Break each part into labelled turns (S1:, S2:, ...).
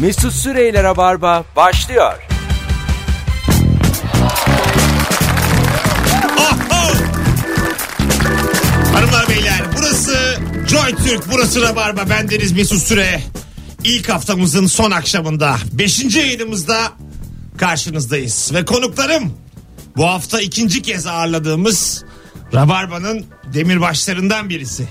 S1: Mesut Süreyler'e barba başlıyor.
S2: Hanımlar beyler burası Joy Türk burası Rabarba bendeniz Mesut Süre. İlk haftamızın son akşamında 5. yayınımızda karşınızdayız. Ve konuklarım bu hafta ikinci kez ağırladığımız Rabarba'nın demirbaşlarından birisi.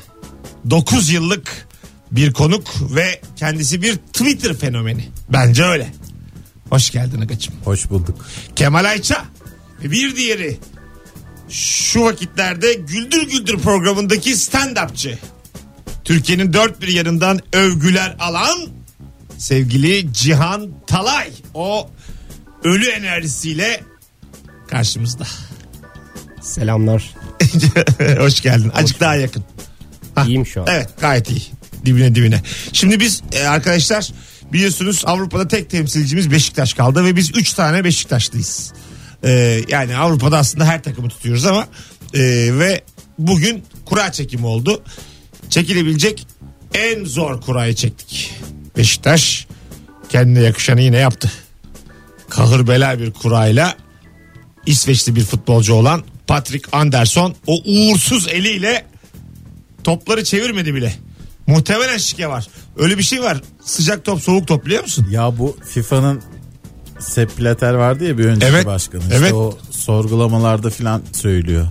S2: 9 yıllık bir konuk ve kendisi bir Twitter fenomeni. Bence öyle. Hoş geldin Agacım.
S3: Hoş bulduk.
S2: Kemal Ayça. Ve Bir diğeri şu vakitlerde Güldür Güldür programındaki stand-upçı. Türkiye'nin dört bir yanından övgüler alan sevgili Cihan Talay. O ölü enerjisiyle karşımızda.
S4: Selamlar.
S2: Hoş geldin. Acık daha yakın. Hah.
S4: İyiyim şu an.
S2: Ah. Evet gayet iyi. Dibine dibine. Şimdi biz e, arkadaşlar biliyorsunuz Avrupa'da tek temsilcimiz Beşiktaş kaldı ve biz 3 tane Beşiktaşlıyız. E, yani Avrupa'da aslında her takımı tutuyoruz ama e, ve bugün kura çekimi oldu. Çekilebilecek en zor kurayı çektik. Beşiktaş kendine yakışanı yine yaptı. Kahır bela bir kurayla İsveçli bir futbolcu olan Patrick Anderson o uğursuz eliyle topları çevirmedi bile. Muhtemelen şike var. Öyle bir şey var. Sıcak top soğuk top biliyor musun?
S3: Ya bu FIFA'nın Sepp Blatter vardı ya bir önceki
S2: Evet,
S3: başkanı. İşte
S2: evet.
S3: o sorgulamalarda filan söylüyor.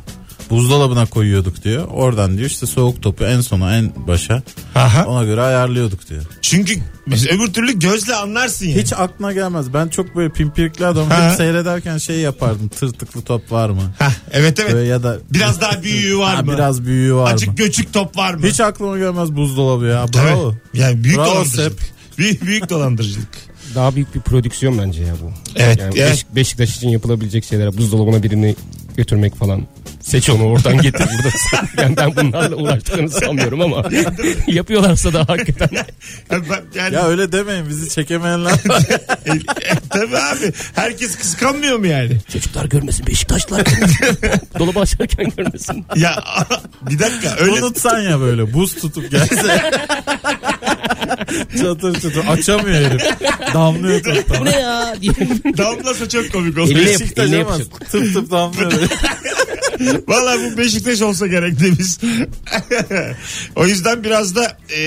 S3: Buzdolabına koyuyorduk diyor. Oradan diyor işte soğuk topu en sona en başa.
S2: Aha.
S3: Ona göre ayarlıyorduk diyor.
S2: Çünkü mesela öbür türlü gözle anlarsın yani.
S3: Hiç aklına gelmez. Ben çok böyle pimpirikli adamım.
S2: Ha.
S3: Hep seyrederken şey yapardım. Tırtıklı top var mı?
S2: Hah, evet evet.
S3: Böyle ya da
S2: Biraz daha büyüğü var
S3: Ha,
S2: mı?
S3: Biraz büyüğü Şey var
S2: Açık
S3: mı?
S2: göçük top var mı?
S3: Hiç aklıma gelmez buzdolabı ya.
S2: Tabii.
S3: Bravo.
S2: Yani büyük
S3: Bravo
S2: dolandırıcılık. Büyük, büyük dolandırıcılık.
S4: Daha büyük bir prodüksiyon bence ya bu.
S2: Evet,
S4: Yani
S2: evet.
S4: Beş- Beşiktaş için yapılabilecek şeyler. Buzdolabına birini götürmek falan. Seç onu oradan getir burada. Yani ben bunlarla uğraştıklarını sanmıyorum ama yapıyorlarsa da hakikaten.
S2: Yani, ben- yani- E,
S3: Ya öyle demeyin bizi çekemeyenler.
S2: tabii abi. Herkes kıskanmıyor mu yani?
S4: Çocuklar görmesin Beşiktaşlar. Dolabı açarken görmesin.
S2: Ya bir dakika öyle
S3: Unutsan ya böyle buz tutup gelse. çatır çatır açamıyor herif. Damlıyor toptan.
S4: Ne ya diye.
S2: damlasa çok komik olur.
S4: Eline yap-
S3: Beşiktaş
S4: eline
S3: ama
S4: yapışık.
S3: tıp tıp damlıyor.
S2: Valla bu Beşiktaş olsa gerek demiş. o yüzden biraz da e,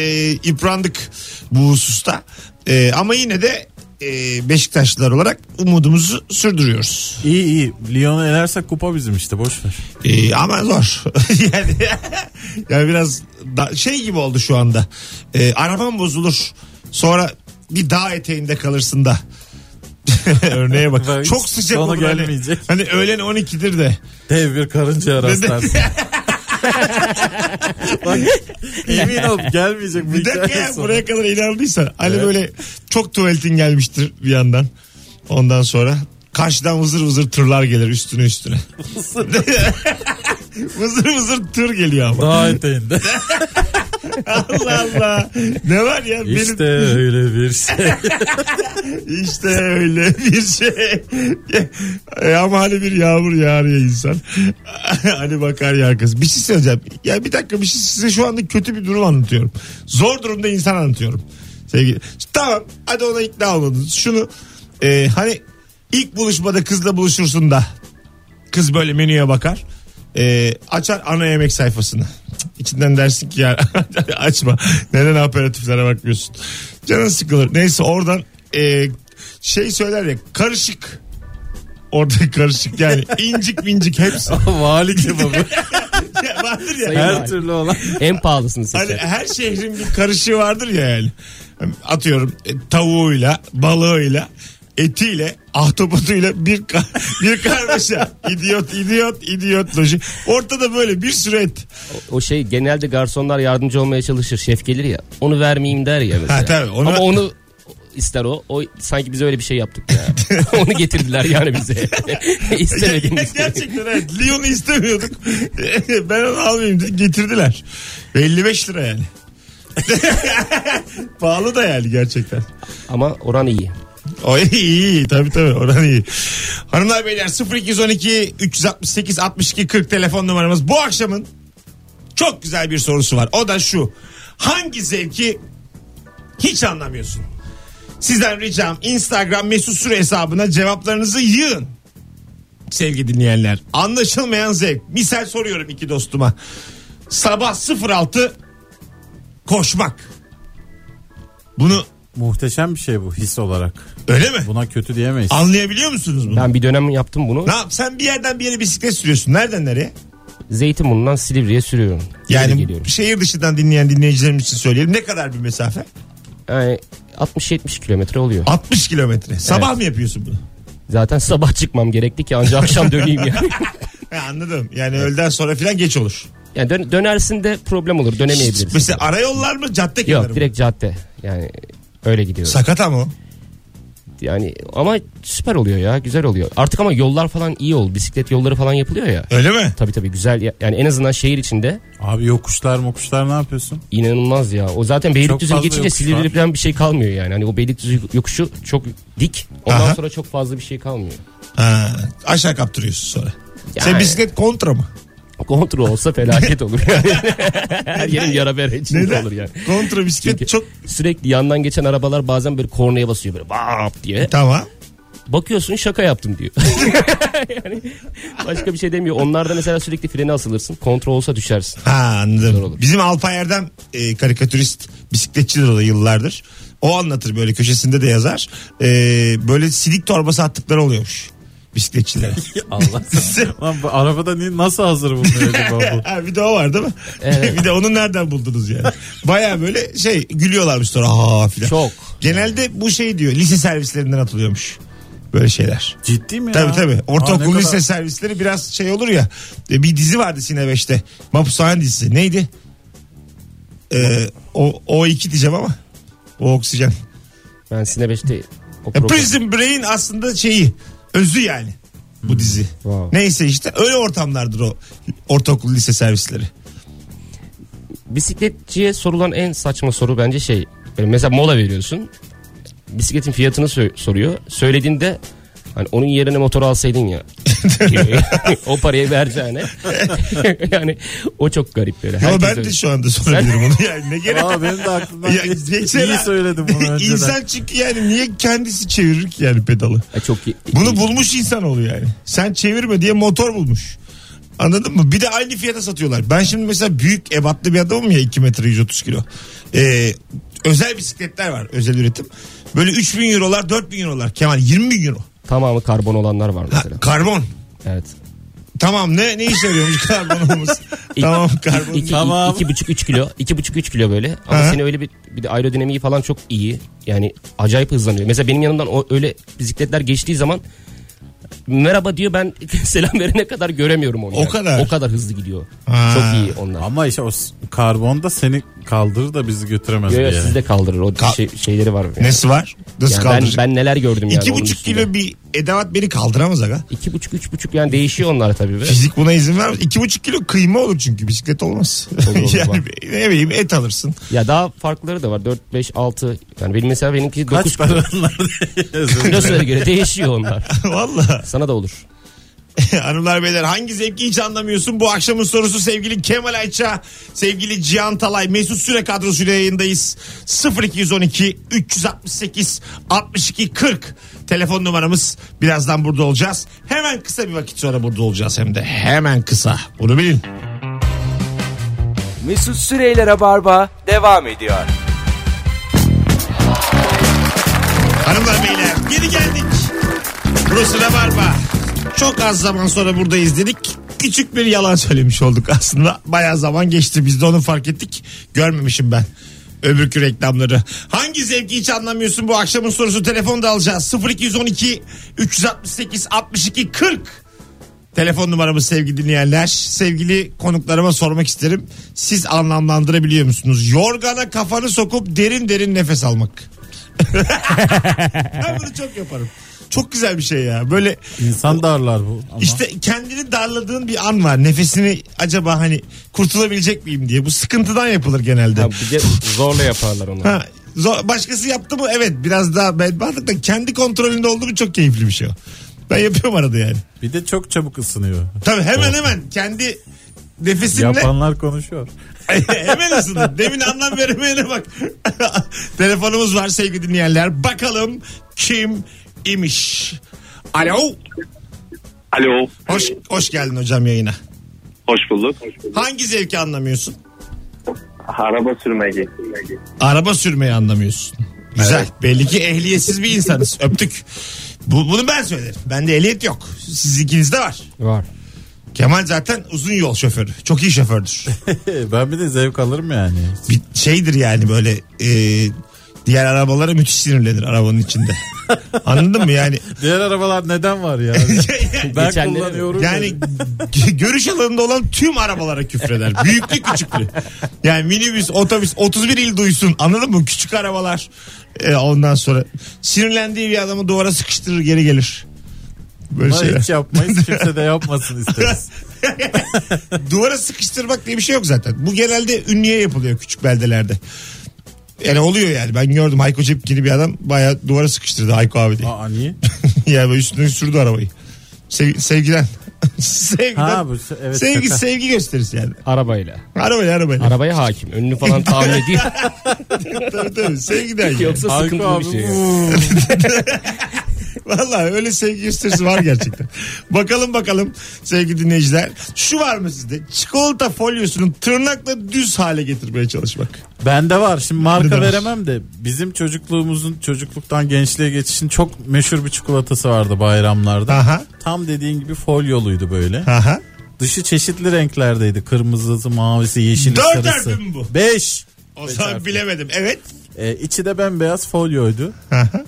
S2: yıprandık bu hususta. E, ama yine de e, Beşiktaşlılar olarak umudumuzu sürdürüyoruz.
S3: iyi iyi. Lyon'u elersek kupa bizim işte boş ver.
S2: E, ama zor. yani, yani biraz da, şey gibi oldu şu anda. E, arabam bozulur. Sonra bir dağ eteğinde kalırsın da. Örneğe bak.
S3: Hiç
S2: Çok sıcak
S3: sona
S2: olur. Hani,
S3: gelmeyecek.
S2: hani öğlen 12'dir de.
S3: Dev bir karınca rastlarsın. Bak emin ol gelmeyecek bu
S2: Bir dakika
S3: hikaye
S2: ya,
S3: sonra.
S2: buraya kadar inandıysan. Ali
S3: Evet.
S2: böyle çok tuvaletin gelmiştir bir yandan. Ondan sonra karşıdan vızır vızır tırlar gelir üstüne üstüne. vızır vızır tır geliyor ama.
S3: Daha eteğinde.
S2: Allah Allah. Ne var ya?
S3: işte öyle bir şey.
S2: Benim, işte öyle bir şey. E, ama hani bir yağmur yağar ya insan. hani bakar ya kız. Bir şey söyleyeceğim. Ya bir dakika bir şey size şu anda kötü bir durum anlatıyorum. Zor durumda insan anlatıyorum. Sevgili. Tamam hadi ona ikna olmadınız. Şunu e, hani ilk buluşmada kızla buluşursun da kız böyle menüye bakar. E, açar ana yemek sayfasını. Cık, İçinden dersin ki ya açma. Neden aperatiflere bakmıyorsun? Canın sıkılır. Neyse oradan e, şey söyler ya karışık. Orada karışık yani incik mincik hepsi.
S3: Vali kebabı.
S2: Ya vardır ya.
S4: Sayın
S3: Her
S4: Vali.
S3: türlü olan.
S4: En pahalısını
S2: Hani
S4: seçer.
S2: her şehrin bir karışığı vardır ya yani. Atıyorum e, tavuğuyla, balığıyla, etiyle, ahtapotuyla bir ka- bir karmaşa. idiot, idiot, idiot loji. Ortada böyle bir sürü et.
S4: O şey genelde garsonlar yardımcı olmaya çalışır. Şef gelir ya. Onu vermeyeyim der ya mesela.
S2: Ha, tabii, onu-
S4: Ama onu ister o. O sanki biz öyle bir şey yaptık ya. onu getirdiler yani bize. İstemediğimiz.
S2: Gerçekten evet. Lyon'u istemiyorduk. ben onu almayayım diye getirdiler. Ve 55 lira yani. Pahalı da yani gerçekten.
S4: Ama oran iyi.
S2: O iyi, iyi tabii tabii oran iyi. Hanımlar beyler 0212 368 62 40 telefon numaramız. Bu akşamın çok güzel bir sorusu var. O da şu. Hangi zevki hiç anlamıyorsun? Sizden ricam Instagram mesut süre hesabına cevaplarınızı yığın. Sevgili dinleyenler anlaşılmayan zevk. Misal soruyorum iki dostuma. Sabah 06 koşmak. Bunu
S3: Muhteşem bir şey bu his olarak.
S2: öyle mi?
S3: Buna kötü diyemeyiz.
S2: Anlayabiliyor musunuz bunu?
S4: Ben bir dönem yaptım bunu.
S2: Ne yap? Sen bir yerden bir yere bisiklet sürüyorsun. Nereden nereye?
S4: Zeytinburnu'ndan Silivri'ye sürüyorum. Geri
S2: Yani
S4: geliyorum.
S2: şehir dışından dinleyen dinleyicilerimiz için söyleyelim. Ne kadar bir mesafe?
S4: Yani 60-70 kilometre oluyor.
S2: 60 kilometre. Sabah mı yapıyorsun bunu?
S4: Zaten sabah çıkmam gerekti ki ancak akşam döneyim yani.
S2: He, anladım. Yani öğleden sonra falan geç olur.
S4: yani dön- dönersin de problem olur dönemeyebiliriz.
S2: Mesela ara yollar mı cadde kenarı
S4: Yok
S2: mı?
S4: direkt cadde. Yani öyle gidiyoruz.
S2: Sakat ama o.
S4: Yani ama süper oluyor ya güzel oluyor. Artık ama yollar falan iyi oldu. Bisiklet yolları falan yapılıyor ya.
S2: Öyle mi?
S4: Tabii tabii güzel ya- yani en azından şehir içinde
S3: Abi yokuşlar mokuşlar ne yapıyorsun?
S4: inanılmaz ya. O zaten
S3: Çok
S4: Beylikdüzü'nü
S3: fazla
S4: geçince
S3: yokuş
S4: Silivri
S3: var.
S4: falan bir şey kalmıyor yani. Hani o Beylikdüzü yokuşu çok dik. Ondan
S2: Aha.
S4: sonra çok fazla bir şey kalmıyor.
S2: Ha, aşağı kaptırıyorsun sonra. Sen
S4: Yani-
S2: bisiklet kontra mı?
S4: Kontrol olsa felaket olur yani. Her yerin yara bere içinde olur yani.
S2: Kontra bisiklet
S4: Çünkü-
S2: çok...
S4: Sürekli yandan geçen arabalar bazen böyle kornaya basıyor böyle vap diye.
S2: Tamam.
S4: Bakıyorsun şaka yaptım diyor. yani başka bir şey demiyor. Onlarda mesela sürekli frene asılırsın. Kontrol olsa düşersin.
S2: Ha
S4: Zor
S2: anladım.
S4: olur.
S2: Bizim Alpay Erdem e, karikatürist bisikletçidir o da yıllardır. O anlatır böyle köşesinde de yazar. E, böyle silik torbası attıkları oluyormuş bisikletçilere.
S3: Allah Lan bu arabada niye, nasıl hazır bulunuyor acaba bu?
S2: Ha, bir de o var değil mi?
S4: Evet.
S2: bir de onu nereden buldunuz yani? Baya böyle şey gülüyorlarmış sonra ha filan.
S4: Çok.
S2: Genelde bu şey diyor lise servislerinden atılıyormuş. Böyle şeyler.
S3: Ciddi mi ya?
S2: Tabii tabii.
S3: Aa,
S2: Ortaokul
S3: ne
S2: lise
S3: kadar-
S2: servisleri biraz şey olur ya. E, Bir dizi vardı Sine 5'te. Mapushane dizisi. Neydi? Ee, o, o iki diyeceğim ama. O oksijen.
S4: Ben Sine 5'te o
S2: E,
S4: program-
S2: Prison Break'in aslında şeyi. Özü yani.
S3: Hmm.
S2: Bu dizi.
S4: Wow.
S2: Neyse işte öyle ortamlardır o ortaokul lise servisleri.
S4: Bisikletçiye sorulan en saçma soru bence şey. böyle Mesela mola veriyorsun. Bisikletin fiyatını sö- soruyor. Söylediğinde hani onun yerine motor alsaydın ya. o parayı vereceğine. yani o çok garip böyle.
S2: Ama
S4: Herkes
S2: ben
S4: öyle.
S2: de şu anda sorabilirim onu. Yani ne gerek
S3: Aa, benim de aklımdan
S2: Ya,
S3: geçti.
S2: geçen-
S3: İyi söyledim bunu önceden.
S2: İnsan çünkü yani niye kendisi çevirir ki yani pedalı?
S4: Ay, E, çok iyi-
S2: Bunu bulmuş insan oluyor yani. Sen çevirme diye motor bulmuş. Anladın mı? Bir de aynı fiyata satıyorlar. Ben şimdi mesela büyük ebatlı bir adamım ya 2 metre 130 kilo. Ee, özel bisikletler var özel üretim. Böyle 3000 eurolar 4000 eurolar Kemal 20 bin euro.
S4: Tamamı karbon olanlar var
S2: Ha,
S4: mesela.
S2: karbon.
S4: Evet.
S2: Tamam ne ne işe yarıyormuş karbon olması? tamam karbon.
S4: İki,
S3: Tamam.
S4: iki buçuk üç kilo. iki buçuk üç kilo böyle. Ama
S2: Aha.
S4: seni öyle bir, bir de aerodinamiği falan çok iyi. Yani acayip hızlanıyor. Mesela benim yanımdan o, öyle bisikletler geçtiği zaman merhaba diyor ben selam verene kadar göremiyorum onu.
S2: O kadar.
S4: O kadar hızlı gidiyor.
S2: Ha.
S4: Çok iyi onlar.
S3: Ama işte o s- karbon da seni kaldırır da bizi götüremez
S4: Yo,
S3: bir
S4: yo,
S3: yere.
S4: sizi de kaldırır. O
S2: Kal-
S4: şey- şeyleri var. Yani.
S2: Nesi var? Nasıl
S4: Yani ben,
S2: kaldıracak?
S4: ben neler gördüm yani.
S2: İki
S4: onun
S2: buçuk
S4: üstünde.
S2: kilo bir edevat beni kaldıramaz aga.
S4: İki buçuk, üç buçuk yani değişiyor onlar tabii. be.
S2: Fizik buna izin vermez. İki buçuk kilo kıyma olur çünkü bisiklet olmaz.
S4: Olur, olur,
S2: yani
S4: bak.
S2: ne bileyim et alırsın.
S4: Ya daha farkları da var. Dört, beş, altı. Yani benim mesela benimki dokuz
S3: Kaç
S4: kilo.
S3: para onlar diye.
S4: Kilosuna göre değişiyor onlar.
S2: Valla.
S4: Sana da olur.
S2: Hanımlar beyler hangi zevki hiç anlamıyorsun? Bu akşamın sorusu sevgili Kemal Ayça, sevgili Cihan Talay, Mesut Süre kadrosuyla yayındayız. 0212 368 62 40 telefon numaramız. Birazdan burada olacağız. Hemen kısa bir vakit sonra burada olacağız hem de. Hemen kısa. Bunu bilin.
S1: Mesut Süreyler'e barba devam ediyor.
S2: Hanımlar beyler geri geldik. Burası Rabarba. Çok az zaman sonra buradayız dedik. Küçük bir yalan söylemiş olduk aslında. Bayağı zaman geçti biz de onu fark ettik. Görmemişim ben öbürkü reklamları. Hangi zevki hiç anlamıyorsun bu akşamın sorusu telefonda alacağız. 0212 368 62 40 Telefon numaramız sevgili dinleyenler. Sevgili konuklarıma sormak isterim. Siz anlamlandırabiliyor musunuz? Yorgana kafanı sokup derin derin nefes almak. Ben bunu çok yaparım. Çok güzel bir şey ya. Böyle
S3: İnsan darlar bu. Ama.
S2: işte kendini darladığın bir an var. Nefesini acaba hani kurtulabilecek miyim diye. Bu sıkıntıdan yapılır genelde.
S4: Ha, bir de zorla yaparlar onu.
S2: Ha, zor- başkası yaptı mı? Evet biraz daha bedbahtlık da kendi kontrolünde oldu mu çok keyifli bir şey o. Ben yapıyorum arada yani.
S3: Bir de çok çabuk ısınıyor.
S2: Tabii hemen hemen kendi nefesinle
S3: Yapanlar konuşuyor.
S2: Hemen ısındın. Demin anlam veremeyene bak. Telefonumuz var sevgili dinleyenler. Bakalım kim imiş. Alo.
S5: Alo.
S2: Hoş, hoş geldin hocam yayına.
S5: Hoş bulduk.
S2: Hangi zevki anlamıyorsun?
S5: Araba sürmeyi.
S2: Araba sürmeyi anlamıyorsun. Güzel. Belli ki ehliyetsiz bir insanız. Öptük. Bu, bunu ben söylerim. Bende ehliyet yok. Siz ikinizde var.
S4: Var.
S2: Kemal zaten uzun yol şoförü. Çok iyi şofördür.
S3: ben bir de zevk alırım yani.
S2: bir şeydir yani böyle e, diğer arabalara müthiş sinirlenir arabanın içinde. Anladın mı yani?
S3: Diğer arabalar neden var ya? ben
S4: Geçenleri mi?
S3: kullanıyorum.
S2: Yani
S3: Yani
S2: g- görüş alanında olan tüm arabalara küfreder. Büyüklü küçüklü. Yani minibüs, otobüs 31 il duysun. Anladın mı? Küçük arabalar. E, ondan sonra sinirlendiği bir adamı duvara sıkıştırır geri gelir. Böyle
S3: Bunları hiç
S2: şeyler.
S3: yapmayız kimse de yapmasın isteriz.
S2: Duvara sıkıştırmak diye bir şey yok zaten. Bu genelde ünlüye yapılıyor küçük beldelerde. Yani oluyor yani. Ben gördüm Hayko Cepkin'i bir adam bayağı duvara sıkıştırdı Hayko abi diye.
S3: Aa niye?
S2: yani böyle üstüne sürdü arabayı. Sev- sevgiden. sevgiden.
S3: Ha bu se- evet.
S2: sevgi
S3: şaka.
S2: sevgi gösterisi yani.
S4: Arabayla.
S2: Arabayla arabayla.
S4: Arabaya hakim. Önünü falan tahmin ediyor.
S2: tabii tabii sevgiden yani.
S4: Yoksa
S3: Hayko
S4: sıkıntılı
S3: abi
S4: bir şey. yani.
S3: bu.
S2: Valla öyle sevgi gösterisi var gerçekten. bakalım bakalım sevgili dinleyiciler. Şu var mı sizde? Çikolata folyosunu tırnakla düz hale getirmeye çalışmak.
S3: Bende var. Şimdi marka
S2: Neden?
S3: veremem de bizim çocukluğumuzun çocukluktan gençliğe geçişin çok meşhur bir çikolatası vardı bayramlarda.
S2: Aha.
S3: Tam dediğin gibi folyoluydu böyle.
S2: Aha.
S3: Dışı çeşitli renklerdeydi. Kırmızısı, mavisi, yeşili,
S2: Dört
S3: sarısı.
S2: harfi mi bu?
S3: Beş.
S2: O
S3: Beş
S2: zaman
S3: harfi.
S2: bilemedim. Evet.
S3: Ee, içi de bembeyaz folyoydu.
S2: Aha.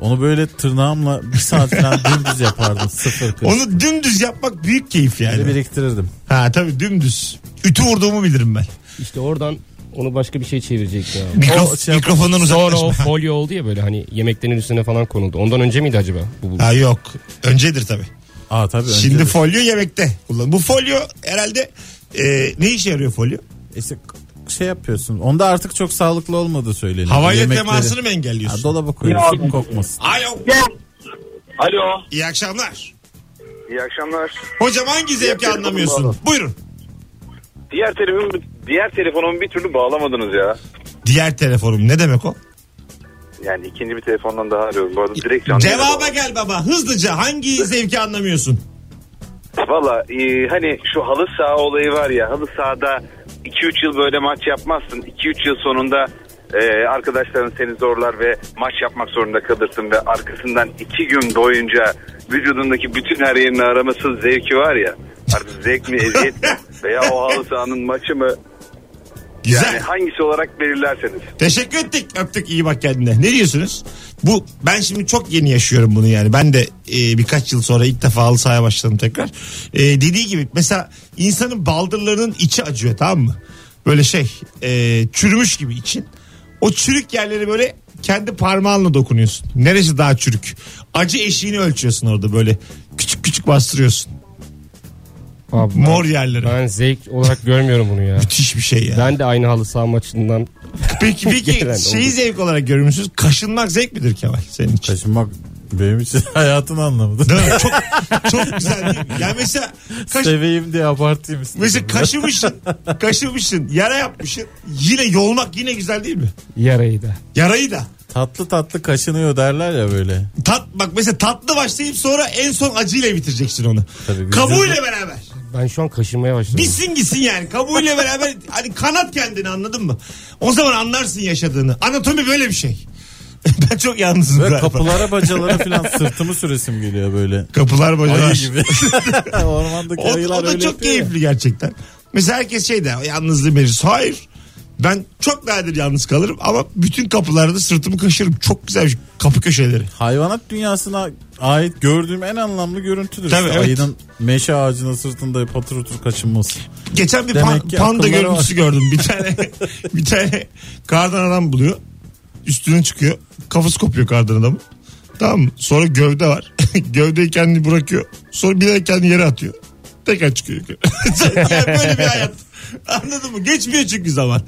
S3: Onu böyle tırnağımla bir saat falan dümdüz yapardım. Sıfır kırk.
S2: Onu dümdüz yapmak büyük keyif
S3: Böyle
S2: yani.
S3: biriktirirdim.
S2: Ha tabii dümdüz. Ütü vurduğumu bilirim ben.
S4: İşte oradan onu başka bir şey çevirecek ya.
S2: Mikrof-
S3: O şey-
S2: mikrofondan
S4: Sonra
S2: uzaklaşma.
S4: o folyo oldu ya böyle hani yemeklerin üstüne falan konuldu. Ondan önce miydi acaba? Bu, bu-
S2: Ha yok. Öncedir tabii.
S3: Aa tabii. önce
S2: Şimdi
S3: de.
S2: folyo yemekte. kullan. Bu folyo herhalde e, ne işe yarıyor folyo?
S3: İşte k- şey yapıyorsun. Onda artık çok sağlıklı olmadığı söyleniyor.
S2: Havayla
S3: Yemekleri-
S2: temasını mı
S3: Ha,
S2: engelliyorsun?
S3: dolaba koyuyorsun kokmasın.
S2: Alo.
S5: Alo.
S2: İyi akşamlar.
S5: İyi akşamlar.
S2: Hocam hangi zevki
S5: akşamlar.
S2: anlamıyorsun? Buyurun.
S5: Diğer telefonum diğer telefonumu bir türlü bağlamadınız ya.
S2: Diğer telefonum ne demek o?
S5: Yani ikinci bir telefondan daha arıyorum. Bu arada direkt canlı yayına
S2: Cevaba
S5: bağlı.
S2: gel baba. Hızlıca hangi zevki anlamıyorsun?
S5: Valla e, hani şu halı saha olayı var ya halı sahada 2-3 yıl böyle maç yapmazsın. 2-3 yıl sonunda e, arkadaşların seni zorlar ve maç yapmak zorunda kalırsın ve arkasından 2 gün boyunca vücudundaki bütün her yerini aramasız zevki var ya. Artık zevk mi eziyet mi veya o halı sahanın maçı mı
S2: Güzel.
S5: yani hangisi olarak belirlerseniz.
S2: Teşekkür ettik. Öptük. iyi bak kendine. Ne diyorsunuz? Bu ben şimdi çok yeni yaşıyorum bunu yani. Ben de e, birkaç yıl sonra ilk defa halı sahaya başladım tekrar. E, dediği gibi mesela insanın baldırlarının içi acıyor tamam mı? Böyle şey e, çürümüş gibi için. O çürük yerleri böyle kendi parmağınla dokunuyorsun. Neresi daha çürük? Acı eşiğini ölçüyorsun orada böyle. Küçük küçük bastırıyorsun.
S4: Abi ben-
S2: Mor yerleri.
S4: Ben zevk olarak görmüyorum bunu ya.
S2: Müthiş bir şey ya.
S4: Ben de aynı halı saha maçından
S2: Peki,
S4: Gelen
S2: peki
S4: oldu.
S2: şeyi zevk olarak görür müsünüz? Kaşınmak zevk midir Kemal senin için?
S3: Taşınmak benim için hayatın anlamı.
S2: Değil mi? Çok, çok güzel değil mi? Yani mesela, kaş,
S3: Seveyim diye abartayım istedim.
S2: mesela
S3: ben.
S2: kaşımışsın, kaşımışsın, yara yapmışsın. Yine yolmak yine güzel değil mi?
S4: yarayı da.
S2: Yarayı da.
S3: Tatlı tatlı kaşınıyor derler ya böyle.
S2: Tat, bak mesela tatlı başlayıp sonra en son acıyla bitireceksin onu.
S3: Tabii, vücudu-
S2: kabuğuyla beraber.
S4: Ben şu an kaşınmaya başladım.
S2: Bitsin gitsin yani. Kabuğuyla beraber hani kanat kendini anladın mı? O zaman anlarsın yaşadığını. Anatomi böyle bir şey. ben çok yalnızım
S3: Böyle
S2: galiba.
S3: kapılara bacalara falan sırtımı süresim geliyor böyle.
S2: Kapılar
S3: Ayı
S2: bacalar.
S3: gibi. Ormandaki
S2: O,
S3: ayılar
S2: o da
S3: öyle
S2: çok
S3: yapıyor ya.
S2: keyifli gerçekten. Mesela herkes şey de yalnızlığı meclis. Hayır. Ben çok nadir yalnız kalırım ama bütün kapılarda sırtımı kaşırım. Çok güzel bir şey. kapı köşeleri.
S3: Hayvanat dünyasına ait gördüğüm en anlamlı görüntüdür.
S2: Tabii,
S3: İşte
S2: evet.
S3: Ayının meşe ağacına sırtında patır otur kaşınması.
S2: Geçen bir
S3: Demek
S2: pan-
S3: ki
S2: panda
S3: akılları
S2: görüntüsü
S3: var.
S2: gördüm. Bir tane bir tane kardan adam buluyor. Üstüne çıkıyor. Kafası kopuyor kardan adamın. Tamam mı? Sonra gövde var. Gövdeyi kendini bırakıyor. Sonra bir de kendini yere atıyor. Tekrar çıkıyor. Şey, yani böyle bir hayat. Anladın mı? Geçmiyor çünkü zaman.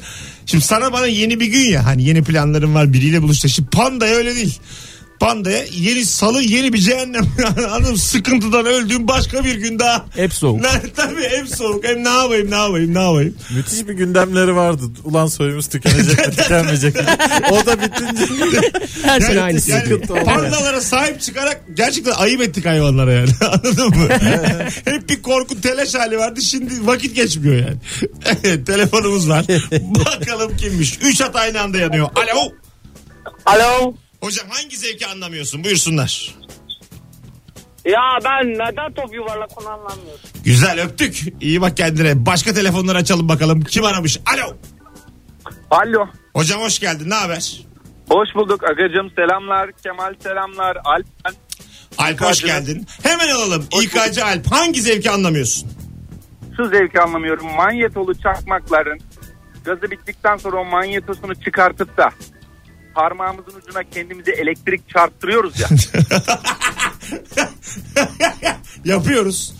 S2: Şimdi sana bana yeni bir gün ya. Hani yeni planların var. Biriyle buluştu. Şimdi pandaya öyle değil. Panda'ya yeni salı yeni bir cehennem. Hanım sıkıntıdan öldüğüm başka bir gün daha.
S4: Hep soğuk.
S2: Ne- Tabii hep soğuk. Hem ne yapayım ne yapayım ne yapayım.
S3: Müthiş bir gündemleri vardı. Ulan soyumuz tükenecek mi tükenmeyecek mi? O da bitince
S4: Her sene aynısı.
S2: yani
S4: yapıyor.
S2: pandalara sahip çıkarak gerçekten ayıp ettik hayvanlara yani. Anladın mı? Hep bir korku telaş hali vardı. Şimdi vakit geçmiyor yani. Telefonumuz var. Bakalım kimmiş. Üç at aynı anda yanıyor. Alo.
S6: Alo.
S2: Hocam hangi zevki anlamıyorsun? Buyursunlar.
S6: Ya ben neden top yuvarlak onu anlamıyorum.
S2: Güzel öptük. İyi bak kendine. Başka telefonları açalım bakalım. Kim aramış? Alo.
S5: Alo.
S2: Hocam hoş geldin. Ne haber?
S5: Hoş bulduk Agacım selamlar. Kemal selamlar. Alp ben.
S2: Alp hoş
S5: İK'cı.
S2: geldin. Hemen alalım. İK'cı Alp. Hangi zevki anlamıyorsun?
S5: Şu zevki anlamıyorum. Manyetolu çakmakların gazı bittikten sonra o manyetosunu çıkartıp da parmağımızın ucuna kendimize elektrik çarptırıyoruz ya.
S2: Yapıyoruz.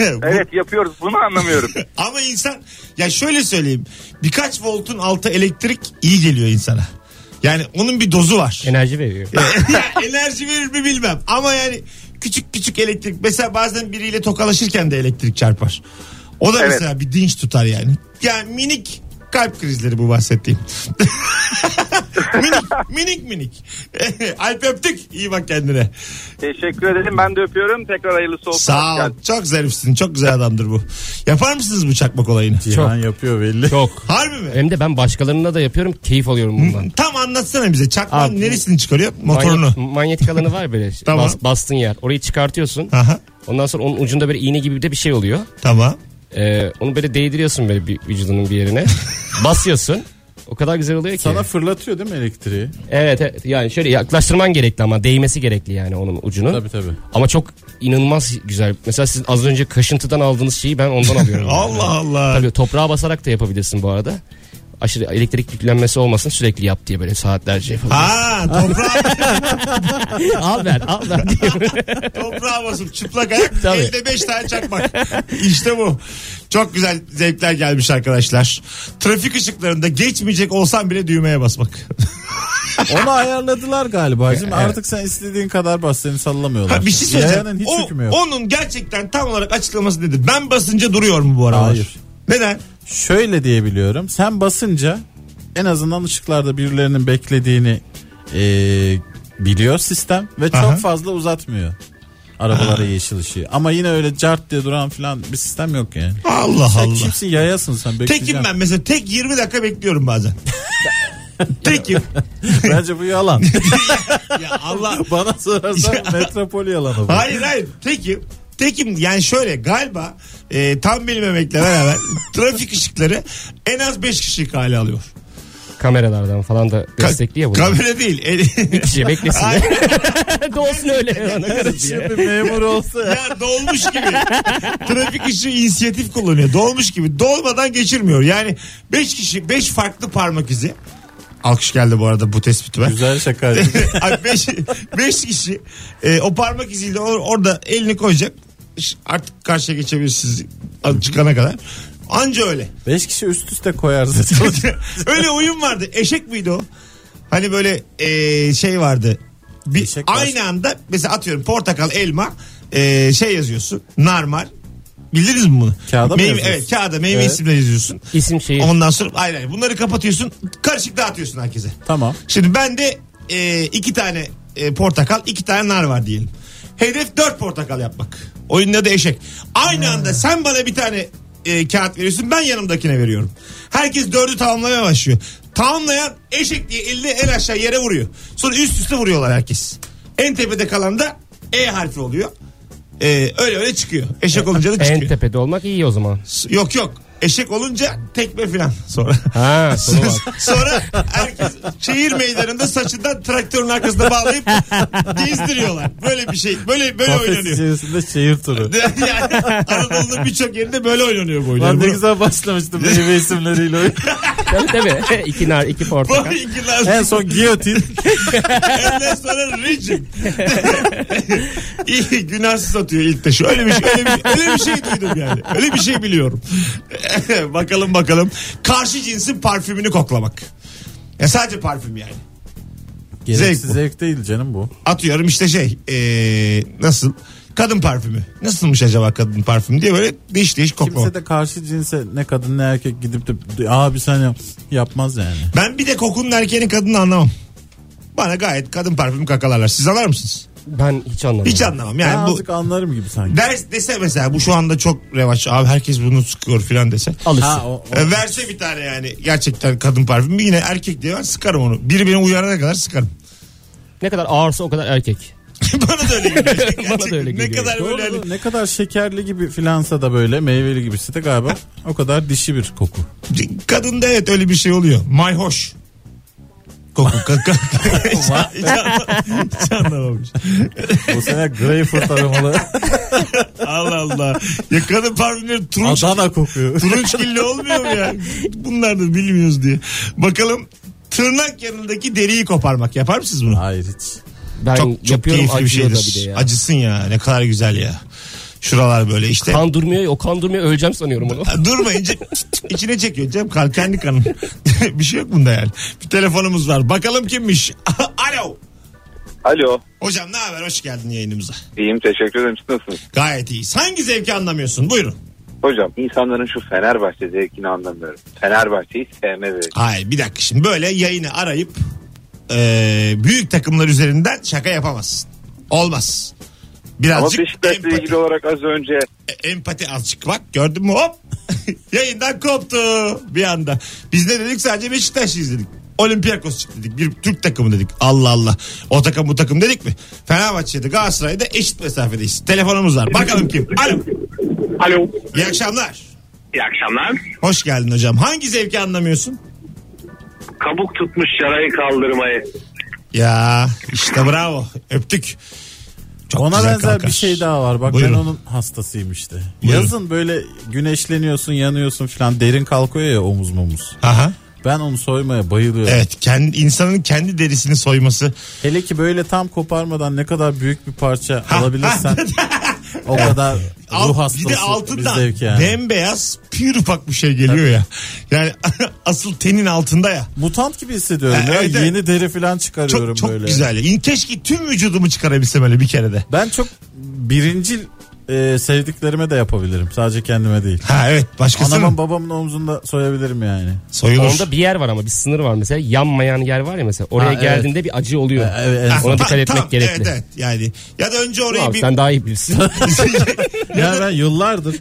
S2: Bu-
S5: evet yapıyoruz bunu anlamıyorum.
S2: Ama insan ya şöyle söyleyeyim. Birkaç voltun altı elektrik iyi geliyor insana. Yani onun bir dozu var.
S4: Enerji veriyor.
S2: Ya E, enerji verir mi bilmem. Ama yani küçük küçük elektrik. Mesela bazen biriyle tokalaşırken de elektrik çarpar. O da
S5: Evet.
S2: mesela bir dinç tutar yani. Yani minik kalp krizleri bu bahsettiğim. minik minik minik. Alp öptük. İyi bak kendine.
S5: Teşekkür ederim ben de öpüyorum. Tekrar hayırlısı olsun.
S2: Sağ ol. Çok zarifsin. Çok güzel adamdır bu. Yapar mısınız bu çakmak olayını?
S3: Cihan yapıyor belli.
S4: Çok.
S2: Harbi mi?
S4: Hem de ben başkalarına da yapıyorum. Keyif alıyorum bundan.
S2: Tam anlatsana bize. Çakmağın
S4: Abi,
S2: neresini çıkarıyor? Motorunu.
S4: Manyet- manyetik alanı var böyle.
S2: Tamam.
S4: Bas- bastığın yer. Orayı çıkartıyorsun.
S2: Aha
S4: Ondan sonra onun ucunda böyle iğne gibi de bir şey oluyor.
S2: tamam.
S4: Ee, onu böyle değdiriyorsun böyle bir, vücudunun bir yerine. Basıyorsun. O kadar güzel oluyor ki.
S3: Sana fırlatıyor değil mi elektriği?
S4: Evet, evet yani şöyle yaklaştırman gerekli ama değmesi gerekli yani onun ucunu.
S3: Tabii tabii.
S4: Ama çok inanılmaz güzel. Mesela siz az önce kaşıntıdan aldığınız şeyi ben ondan alıyorum. yani.
S2: Allah Allah.
S4: Tabii toprağa basarak da yapabilirsin bu arada. Aşırı elektrik yüklenmesi olmasın sürekli yap diye böyle saatlerce falan.
S2: Ha toprağa,
S4: al ver al ver diye.
S2: toprağa basıp çıplak ayak
S4: Tabii.
S2: elde beş tane çakmak. İşte bu. Çok güzel zevkler gelmiş arkadaşlar. Trafik ışıklarında geçmeyecek olsam bile düğmeye basmak.
S3: Onu ayarladılar galiba. Şimdi artık sen istediğin kadar bas seni sallamıyorlar.
S2: Ha, bir şey söyleyeceğim.
S3: Yayanın hiç
S2: O-
S3: hükmü yok.
S2: onun gerçekten tam olarak açıklaması nedir? Ben basınca duruyor mu bu aralar?
S3: Hayır.
S2: Neden?
S3: Şöyle diyebiliyorum. Sen basınca en azından ışıklarda birilerinin beklediğini eee, biliyor sistem ve çok
S2: Aha.
S3: fazla uzatmıyor arabalara yeşil ışığı. Ama yine öyle cart diye duran falan bir sistem yok yani.
S2: Allah
S3: Sen
S2: Allah.
S3: kimsin yayasın sen
S2: Tekim
S3: bekleyeceğim.
S2: ben mesela tek 20 dakika bekliyorum bazen. Tekim.
S3: Bence bu yalan.
S2: Ya Allah
S3: Bana sorarsan metropol yalanı bu.
S2: Hayır hayır tekim. Tekim yani şöyle galiba e, tam bilmemekle beraber trafik ışıkları en az 5 kişilik hale alıyor.
S4: Kameralardan falan da
S2: Ka-
S4: destekli ya bunu.
S2: Kamera değil. El-
S4: bir kişi beklesin.
S2: Ay,
S4: Doğsun öyle. Ona göre
S2: şey.
S4: diye.
S3: Şimdi bir memur olsa ya.
S2: ya dolmuş gibi. Trafik ışığı inisiyatif kullanıyor. Dolmuş gibi. Dolmadan geçirmiyor. Yani 5 kişi 5 farklı parmak izi. Alkış geldi bu arada bu tespitime.
S3: Güzel şaka.
S2: Abi beş, beş kişi e, o parmak iziyle or- orada elini koyacak. Ş- Artık karşıya geçebilirsiniz az çıkana kadar. Anca öyle.
S3: Beş kişi üst üste koyarsa çalışır.
S2: öyle oyun vardı. Eşek miydi o? Hani böyle e, şey vardı. Bir,
S3: Eşek
S2: aynı anda mesela atıyorum portakal, elma e, şey yazıyorsun. Narmar. Bildiniz mi bunu?
S3: Kağıda mı
S2: Meyve-
S3: yazıyorsun?
S2: Evet kağıda meyve
S3: Evet.
S2: isimleri yazıyorsun.
S4: İsim şeyi.
S2: Ondan sonra hayır hayır bunları kapatıyorsun. Karışık dağıtıyorsun herkese.
S3: tamam.
S2: Şimdi ben de e, iki tane e, portakal, iki tane nar var diyelim. Hedef dört portakal yapmak. Oyunun adı eşek. Aynı anda sen bana bir tane e, kağıt veriyorsun, ben yanımdakine veriyorum. Herkes dördü tamamlamaya başlıyor. Tamamlayan eşek diye elini el aşağı yere vuruyor. Sonra üst üste vuruyorlar herkes. En tepede kalan da E harfi oluyor. E, öyle öyle çıkıyor. Eşek olunca da
S4: E, En
S2: çıkıyor.
S4: tepede olmak iyi o zaman.
S2: Yok yok. Eşek olunca tekme filan sonra.
S4: Ha sonu var.
S2: Sonra herkes şehir meydanında saçından traktörün arkasına bağlayıp gezdiriyorlar. Böyle bir şey. Böyle böyle
S3: Kafes
S2: oynanıyor.
S3: içerisinde şehir turu.
S2: Yani Anadolu'nun birçok yerinde böyle oynanıyor bu oyunlar.
S3: Lan ne
S2: Bunu-
S3: güzel başlamıştım meyve isimleriyle. oyun.
S4: tabii tabii. İki nar, iki
S2: Bu
S4: portakal.
S2: İngiliz
S3: en son giyotin.
S2: Ondan sonra rejim. İyi günahsız atıyor ilk taşı. Öyle bir şey, öyle bir, öyle bir şey duydum yani. Öyle bir şey biliyorum. bakalım bakalım. Karşı cinsin parfümünü koklamak. Ya sadece parfüm yani.
S3: Gereksiz
S2: Zevk bu.
S3: zevk, değil canım bu.
S2: Atıyorum işte şey ee, nasıl kadın parfümü. Nasılmış acaba kadın parfümü diye böyle değiş değiş kokma.
S3: Kimse de karşı cinse ne kadın ne erkek gidip de abi sen yap- yapmaz yani.
S2: Ben bir de kokunun erkeğinin kadını anlamam. Bana gayet kadın parfümü kakalarlar. Siz anlar mısınız?
S4: Ben hiç anlamadım.
S2: Hiç anlamam.
S3: Ben
S2: Yani bu
S3: azıcık anlarım gibi sanki.
S2: ders dese mesela bu şu anda çok revaç. Abi herkes bunu sıkıyor filan dese.
S4: Alışsın.
S3: Ha, o, o-
S2: E, verse bir tane yani gerçekten kadın parfümü yine erkek diye ben sıkarım onu. Biri beni uyarana kadar sıkarım.
S4: Ne kadar ağırsa o kadar erkek.
S2: Bana da öyle geliyor. Gerçekten
S4: Bana da öyle
S2: Ne
S4: geliyor.
S2: kadar
S3: Doğru,
S2: böyle hani-
S3: doğru. ne kadar şekerli gibi filansa da böyle meyveli gibisi de galiba o kadar dişi bir koku.
S2: Kadında evet öyle bir şey oluyor. Mayhoş. Koku kaka. hiç, an- hiç anlam- hiç anlamamış.
S3: Bu sene greyfurt aromalı
S2: Allah Allah. Ya kadın parfümleri turunç
S3: Adana kokuyor.
S2: Turunçgilli olmuyor mu ya? Bunlar da bilmiyoruz diye. Bakalım tırnak yanındaki deriyi koparmak. Yapar mısınız bunu?
S3: Hayır hiç.
S4: Ben
S2: çok çok
S4: yapıyorum
S2: keyifli bir
S4: acıyor da
S2: şeydir.
S4: bir de ya.
S2: Acısın ya ne kadar güzel ya. Şuralar böyle işte.
S4: Kan durmuyor ya, o kan durmuyor öleceğim sanıyorum onu.
S2: Durmayınca içine çekiyor Cem kalkenli kanın. bir şey yok bunda yani. Bir telefonumuz var. Bakalım kimmiş? Alo.
S5: Alo.
S2: Hocam ne haber? Hoş geldin yayınımıza.
S5: İyiyim teşekkür ederim. Siz Nasılsınız?
S2: Gayet iyi. Hangi zevki anlamıyorsun? Buyurun.
S5: Hocam insanların şu Fenerbahçe zevkini anlamıyorum. Fenerbahçe'yi sevme zevki.
S2: Hayır bir dakika şimdi böyle yayını arayıp e, büyük takımlar üzerinden şaka yapamazsın. Olmaz.
S5: Ama
S2: Birazcık
S5: Beşiktaş'la
S2: empati,
S5: ilgili olarak az önce
S2: e, empati azıcık bak gördün mü hop yayından koptu bir anda. Biz ne dedik sadece Beşiktaş'ı dedik. Olympiakos çıktı dedik. Bir Türk takımı dedik. Allah Allah. O takım bu takım dedik mi? Fenerbahçe'de Galatasaray'da eşit mesafedeyiz. Telefonumuz var. Bakalım kim? Alo.
S7: Alo.
S2: İyi akşamlar.
S7: İyi akşamlar.
S2: Hoş geldin hocam. Hangi zevki anlamıyorsun?
S7: Kabuk tutmuş yarayı kaldırmayı.
S2: Ya işte bravo. Öptük. Çok
S3: Ona
S2: güzel
S3: benzer
S2: kalkar.
S3: bir şey daha var. Bak
S2: Buyurun.
S3: ben onun hastasıyım işte.
S2: Buyurun.
S3: Yazın böyle güneşleniyorsun, yanıyorsun falan derin kalkıyor ya omuz mumuz.
S2: Aha.
S3: Ben onu soymaya bayılıyorum.
S2: Evet, kendi insanın kendi derisini soyması.
S3: Hele ki böyle tam koparmadan ne kadar büyük bir parça alabilirsen o kadar
S2: Al-
S3: ruh hastası
S2: bir de
S3: bir
S2: altından
S3: zevk yani.
S2: bembeyaz pür ufak bir şey geliyor ya. Yani asıl tenin altında ya.
S3: Mutant gibi hissediyorum
S2: Ha,
S3: ya.
S2: evet, evet.
S3: Yeni deri falan
S2: Çok
S3: çıkarıyorum
S2: çok
S3: böyle.
S2: güzel. ya. İn- Keşke tüm vücudumu çıkarabilsem öyle bir kere de.
S3: Ben çok birincil e, sevdiklerime de yapabilirim. Sadece kendime değil.
S2: Ha evet başkası
S3: Anamın
S2: mı?
S3: babamın omzunda soyabilirim yani.
S2: Soyulur.
S4: Onda bir yer var ama bir sınır var mesela yanmayan yer var ya mesela oraya
S3: Ha, evet.
S4: geldiğinde bir acı oluyor.
S3: Ha, evet, evet.
S2: Ha,
S4: Ona dikkat
S2: tam-
S4: etmek
S2: tam,
S4: gerekli.
S2: Evet evet yani. Ya da önce orayı
S4: Abi
S2: bir,
S4: sen daha iyi bilirsin.
S3: Ya ben yıllardır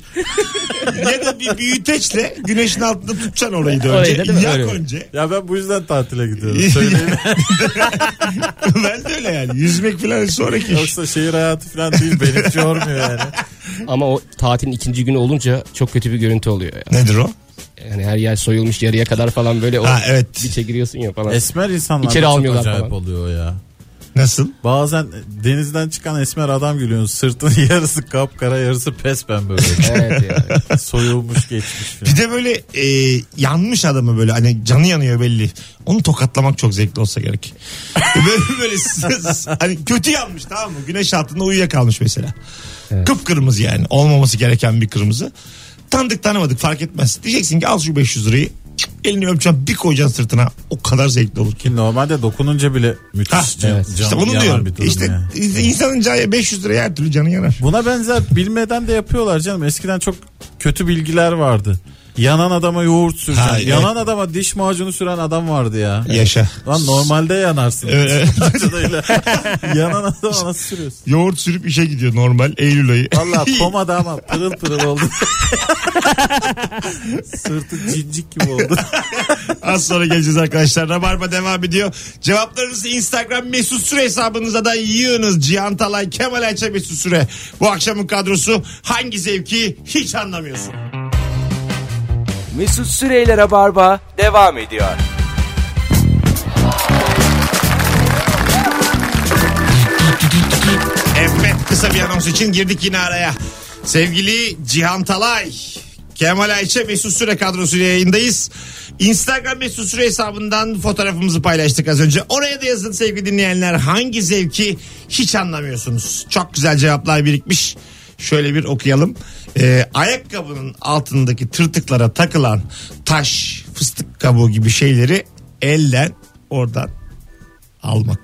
S2: ya da bir büyüteçle güneşin altında tutacaksın orayı da
S4: Orayı da
S2: önce.
S4: değil mi?
S2: Yak
S4: Öyle.
S2: önce.
S3: Ya ben bu yüzden tatile gidiyorum. Söyleyeyim.
S2: ben de öyle yani. Yüzmek falan sonraki iş.
S3: Yoksa şehir hayatı falan değil. Beni hiç yormuyor yani.
S4: ama o tatilin ikinci günü olunca çok kötü bir görüntü oluyor ya.
S2: Nedir o?
S4: Yani her yer soyulmuş yarıya kadar falan böyle o
S2: Ha, evet.
S4: bir şey giriyorsun ya falan.
S3: Esmer insanlar
S4: İçeri
S3: da çok
S4: almıyorlar
S3: acayip
S4: falan.
S3: oluyor ya.
S2: Nasıl?
S3: Bazen denizden çıkan esmer adam gülüyorsun. Sırtının yarısı kapkara yarısı pembe böyle.
S4: evet ya.
S3: Soyulmuş geçmiş falan.
S2: Bir de böyle e, yanmış adamı böyle hani canı yanıyor belli. Onu tokatlamak çok zevkli olsa gerek. böyle böyle sız- hani kötü yanmış tamam mı? Güneş altında uyuyakalmış mesela. Kıpkırmızı yani. Olmaması gereken bir kırmızı. Tanıdık tanımadık fark etmez. Diyeceksin ki al şu 500 lirayı. Elini öpeceğim bir koyacaksın sırtına. O kadar zevkli olur ki.
S3: Ki normalde dokununca bile müthiş
S2: Ha,
S3: can,
S4: evet.
S3: can
S2: İşte onu
S3: yanan
S2: diyorum.
S3: bir durum
S2: İşte
S3: ya.
S2: insanın canı 500 liraya her türlü canı yanar.
S3: Buna benzer bilmeden de yapıyorlar canım. Eskiden çok kötü bilgiler vardı. Yanan adama yoğurt süreceksin.
S2: Ha, evet.
S3: Yanan adama diş macunu süren adam vardı ya.
S2: Yaşa.
S3: Lan normalde yanarsın.
S2: Evet.
S3: Acıdayla. Yanan adama nasıl sürüyorsun?
S2: Yoğurt sürüp işe gidiyor normal Eylül ayı.
S3: Valla komada ama pırıl pırıl oldu. Sırtı cincik gibi oldu.
S2: Az sonra geleceğiz arkadaşlar. Rabarba devam ediyor. Cevaplarınızı Instagram mesut süre hesabınıza da yığınız. Cihan Talay, Kemal Ayça mesut süre. Bu akşamın kadrosu hangi zevki hiç anlamıyorsun.
S1: Mesut Süreyler'e barba devam ediyor.
S2: Evet kısa bir anons için girdik yine araya. Sevgili Cihan Talay, Kemal Ayça Mesut Süre kadrosuyla yayındayız. Instagram Mesut Süre hesabından fotoğrafımızı paylaştık az önce. Oraya da yazın sevgili dinleyenler hangi zevki hiç anlamıyorsunuz. Çok güzel cevaplar birikmiş. Şöyle bir okuyalım. Ee, ayakkabının altındaki tırtıklara takılan taş, fıstık kabuğu gibi şeyleri elden oradan almak.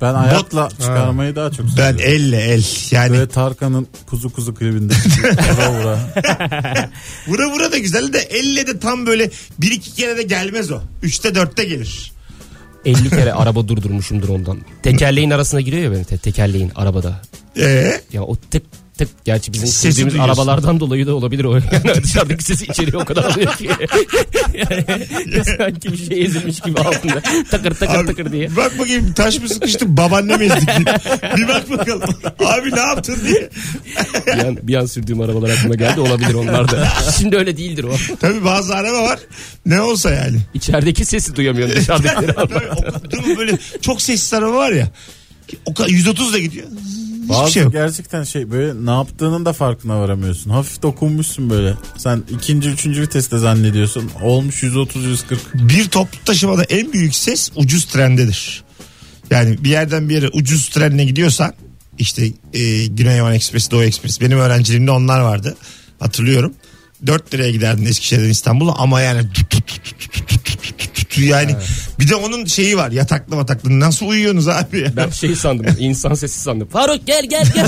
S3: Ben ayakla çıkarmayı daha çok
S2: Ben
S3: seviyorum.
S2: elle el. Yani
S3: Böyle Tarkan'ın kuzu kuzu klibinde. vura vura.
S2: vura vura da güzel de elle de tam böyle bir iki kere de gelmez o. Üçte dörtte gelir.
S4: 50 kere araba durdurmuşumdur ondan. Tekerleğin arasına giriyor ya benim te- tekerleğin arabada.
S2: Ee,
S4: Ya o tık tık gerçi bizim
S2: Sesi
S4: sürdüğümüz
S2: duyuyorsun.
S4: arabalardan dolayı da olabilir o. Yani dışarıdaki sesi içeriye o kadar alıyor ki. yani, sanki bir şey ezilmiş gibi altında. Takır takır
S2: abi,
S4: takır diye.
S2: Bak bakayım taş mı sıkıştı babaannem ezdik. bir, bir bak bakalım. Abi ne yaptın diye.
S4: Bir an, bir an sürdüğüm arabalar aklıma geldi olabilir onlar da. Şimdi öyle değildir o.
S2: Tabii bazı araba var. Ne olsa yani.
S4: İçerideki sesi duyamıyorum dışarıdakileri. al.
S2: Tabii, o- değil mi? Böyle çok sessiz araba var ya. O kadar 130 da gidiyor. Hiçbir
S3: Bazı
S2: şey yok.
S3: gerçekten şey böyle ne yaptığının da farkına varamıyorsun. Hafif dokunmuşsun böyle. Sen ikinci üçüncü viteste zannediyorsun. Olmuş 130-140.
S2: Bir toplu taşımada en büyük ses ucuz trendedir. Yani bir yerden bir yere ucuz trenle gidiyorsan işte e, Güney Yol Ekspresi, Doğu Ekspresi. Benim öğrenciliğimde onlar vardı. Hatırlıyorum. 4 liraya giderdin Eskişehir'den İstanbul'a ama yani tut tut tut tut tut tut tut tut tut tut yani bir de onun şeyi var yataklı mataklı nasıl uyuyorsunuz abi ya?
S4: Ben şey sandım insan sesi sandım. Faruk gel gel gel.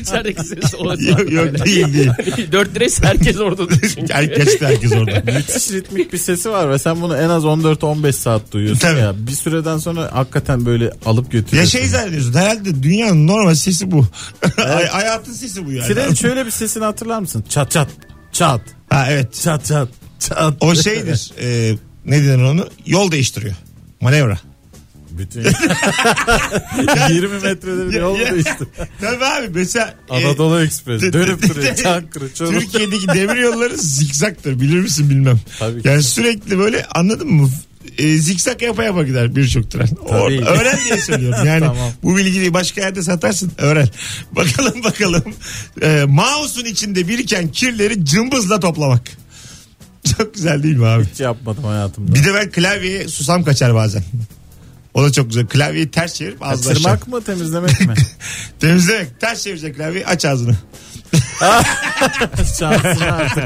S4: İçerideki ses o.
S2: yok yok değil değil.
S4: 4 liraysa herkes orada çünkü.
S2: Herkes herkes orada.
S3: Müthiş ritmik bir sesi var ve sen bunu en az 14-15 saat duyuyorsun
S2: Tabii.
S3: ya. Bir süreden sonra hakikaten böyle alıp
S2: Ya
S3: götürüyorsun.
S2: şey zannediyorsun herhalde dünyanın normal sesi bu. Hay- Hayatın sesi bu yani.
S3: Trenin şöyle bir sesini hatırlar mısın? Çat çat çat
S2: Ha evet.
S3: çat çat çat.
S2: O şeydir. e, ne denir onu? Yol değiştiriyor. Manevra.
S3: Bütün 20 metrede bir yol
S2: Ya- ya-
S3: değişti.
S2: Tabii abi mesela e,
S3: Anadolu Ekspres
S2: de-
S3: dönüp
S2: de-
S3: duruyor.
S2: de-
S3: Çankırı çorum.
S2: Türkiye'deki demir yolları zikzaktır. Bilir misin bilmem.
S3: Tabii ki.
S2: yani sürekli böyle anladın mı? E, zikzak yapa yapa gider birçok tren. O-
S3: Tabii.
S2: öğren diye söylüyorum. Yani
S3: Tamam.
S2: bu bilgiyi başka yerde satarsın öğren. Bakalım bakalım. E, mouse'un içinde biriken kirleri cımbızla toplamak. Çok güzel değil mi abi?
S3: Hiç yapmadım hayatımda.
S2: Bir de ben klavyeye susam kaçar bazen. O da çok güzel. Klavyeyi ters çevirip ağzını açar.
S3: Kaçırmak mı temizlemek mi?
S2: Temizlemek. Ters çevirecek klavyeyi aç ağzını.
S3: Şansın artık.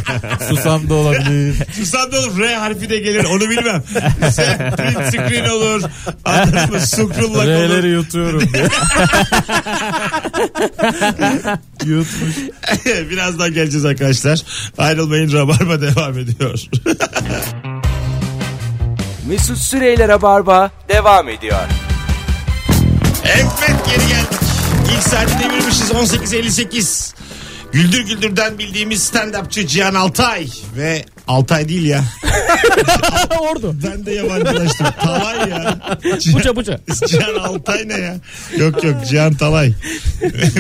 S3: Susam da olabilir.
S2: Susam da olur. R harfi de gelir. Onu bilmem. Sen print screen olur. Anladın mı? Sukrullak olur.
S3: R'leri yutuyorum diye. Yutmuş.
S2: Birazdan geleceğiz arkadaşlar. Ayrılmayın. Rabarba devam ediyor.
S1: Mesut Süreyler'e barba devam ediyor.
S2: evet geri geldik. İlk saati devirmişiz. 18.58. Güldür Güldür'den bildiğimiz stand-upçı Cihan Altay ve Altay değil ya.
S4: Orada.
S2: Ben de yabancılaştım. Talay ya.
S4: Buca buca.
S2: Cihan Altay ne ya? Yok yok Cihan Talay.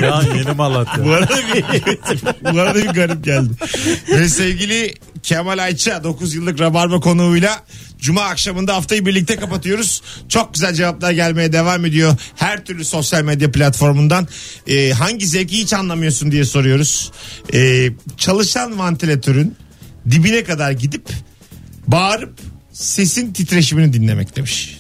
S3: Ya yeni
S2: Bu
S3: Malatya.
S2: arada bir, bu arada bir garip geldi. Ve sevgili Kemal Ayça 9 yıllık Rabarba konuğuyla Cuma akşamında haftayı birlikte kapatıyoruz. Çok güzel cevaplar gelmeye devam ediyor. Her türlü sosyal medya platformundan. Ee, hangi zevki hiç anlamıyorsun diye soruyoruz. Ee, çalışan vantilatörün dibine kadar gidip bağırıp sesin titreşimini dinlemek demiş.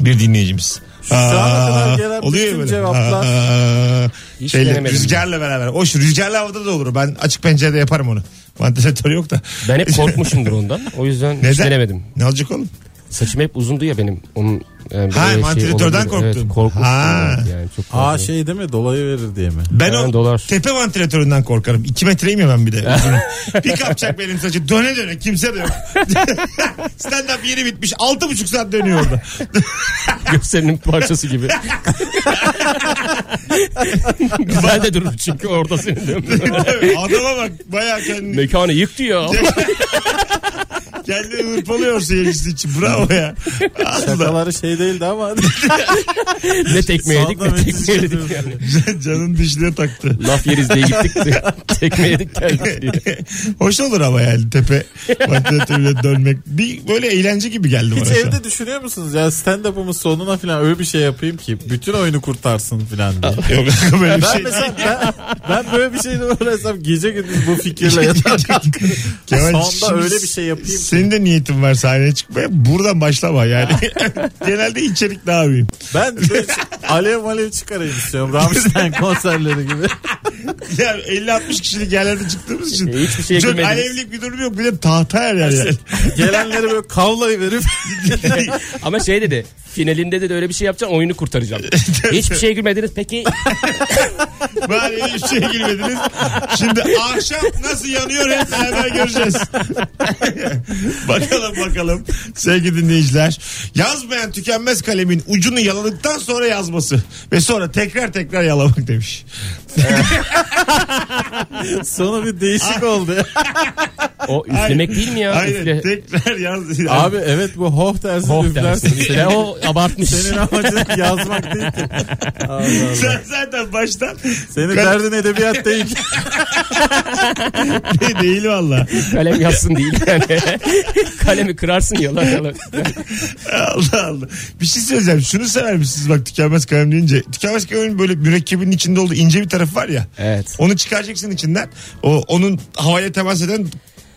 S2: Bir dinleyicimiz.
S3: Şu ana kadar gelen
S2: oluyor ya
S3: bütün
S2: böyle.
S3: cevaplar-
S2: Aa,
S4: Hiç
S2: Ee, şeyle,
S4: denemedim
S2: rüzgarla beraber. O şu rüzgarlı havada da olur. Ben açık pencerede yaparım onu. Vantilatör yok da.
S4: Ben hep korkmuşumdur ondan. O yüzden hiç
S2: Neden?
S4: denemedim.
S2: Ne olacak oğlum?
S4: Saçım hep uzundu ya benim. Onun e, böyle
S2: Ha, vantilatörden
S4: olabilir.
S2: korktun.
S4: Evet, korkmuştum
S2: Ha.
S4: ben yani. Çok
S3: Aa
S4: korktum.
S3: şey değil mi? Dolayı verir diye mi?
S2: Ben
S4: Ha,
S2: o
S4: dolar.
S2: tepe vantilatöründen korkarım. 2 metreyim ya ben bir de. Uzunum. bir kapçak benim saçı. Döne döne kimse de yok. Stand up yeri bitmiş. 6,5 saat dönüyor orada.
S4: Gösterinin parçası gibi. Güzel de durur çünkü orada senin de.
S2: Evet, Adama bak. Bayağı kendini,
S4: Mekanı yıktı ya.
S2: kendini hırpalıyor seyircisi için. Bravo ya. Allah.
S3: Şakaları şey değildi ama.
S4: ne tekme yedik
S3: Sağdan
S4: ne
S3: ötesi
S4: tekme yedik.
S3: çıkıyor.
S4: yani.
S2: Canın dişine taktı.
S4: Laf yeriz diye gittik de tekme yedik geldik diye.
S2: Hoş olur ama yani tepe vantilatörüyle dönmek. Bir böyle eğlence gibi geldi bana.
S3: Hiç
S2: şu an.
S3: evde düşünüyor musunuz ya stand-up'ımın sonuna falan öyle bir şey yapayım ki bütün oyunu kurtarsın falan diye.
S2: Yok böyle bir
S3: Ben
S2: şey.
S3: mesela ben, ben böyle bir şeyle uğraşsam gece gündüz bu fikirle yatar kalkarım.
S2: Kemal,
S3: Sonunda
S2: şimdi
S3: öyle bir şey yapayım ki.
S2: Senin de niyetin var sahneye çıkmaya. Buradan başlama yani. Genelde içerik daha büyük.
S3: Ben böyle şey- alev alev çıkarayım istiyorum. Rammstein konserleri gibi.
S2: Ya 50-60 kişilik yerlerde çıktığımız için.
S4: E, hiçbir
S3: şey
S4: şeye
S2: Çok
S4: girmediniz.
S2: alevlik bir durum yok. Bir de tahta her yer yani.
S3: Gelenleri böyle kavlayı verip
S4: Ama şey dedi finalinde dedi öyle bir şey yapacaksın oyunu kurtaracağım. Hiçbir şey gülmediniz peki
S2: Bari hiçbir şeye girmediniz. Şimdi ahşap nasıl yanıyor hep beraber göreceğiz. bakalım bakalım sevgili dinleyiciler. Yazmayan tükenmez kalemin ucunu yaladıktan sonra yazması. Ve sonra tekrar tekrar yalamak demiş.
S3: sonu bir değişik oldu.
S4: o üflemek değil mi ya?
S2: Aynen
S4: Üfle.
S2: tekrar yaz.
S3: Abi evet bu hoh dersi E,
S4: Oh
S3: üflersin.
S4: dersin. İşte o abartmış.
S3: Senin amacın yazmak değil ki. Allah Allah.
S2: Sen zaten baştan
S3: Senin
S2: Kal-
S3: derdin edebiyat değil.
S2: değil valla.
S4: Kalem yazsın değil yani. Kalemi kırarsın yalan yalan.
S2: Allah Allah. Bir şey söyleyeceğim. Şunu sever misiniz bak tükenmez kalem deyince. Tükenmez kalemin böyle mürekkebin içinde olduğu ince bir tarafı var ya.
S4: Evet.
S2: Onu çıkaracaksın içinden. O onun havaya temas eden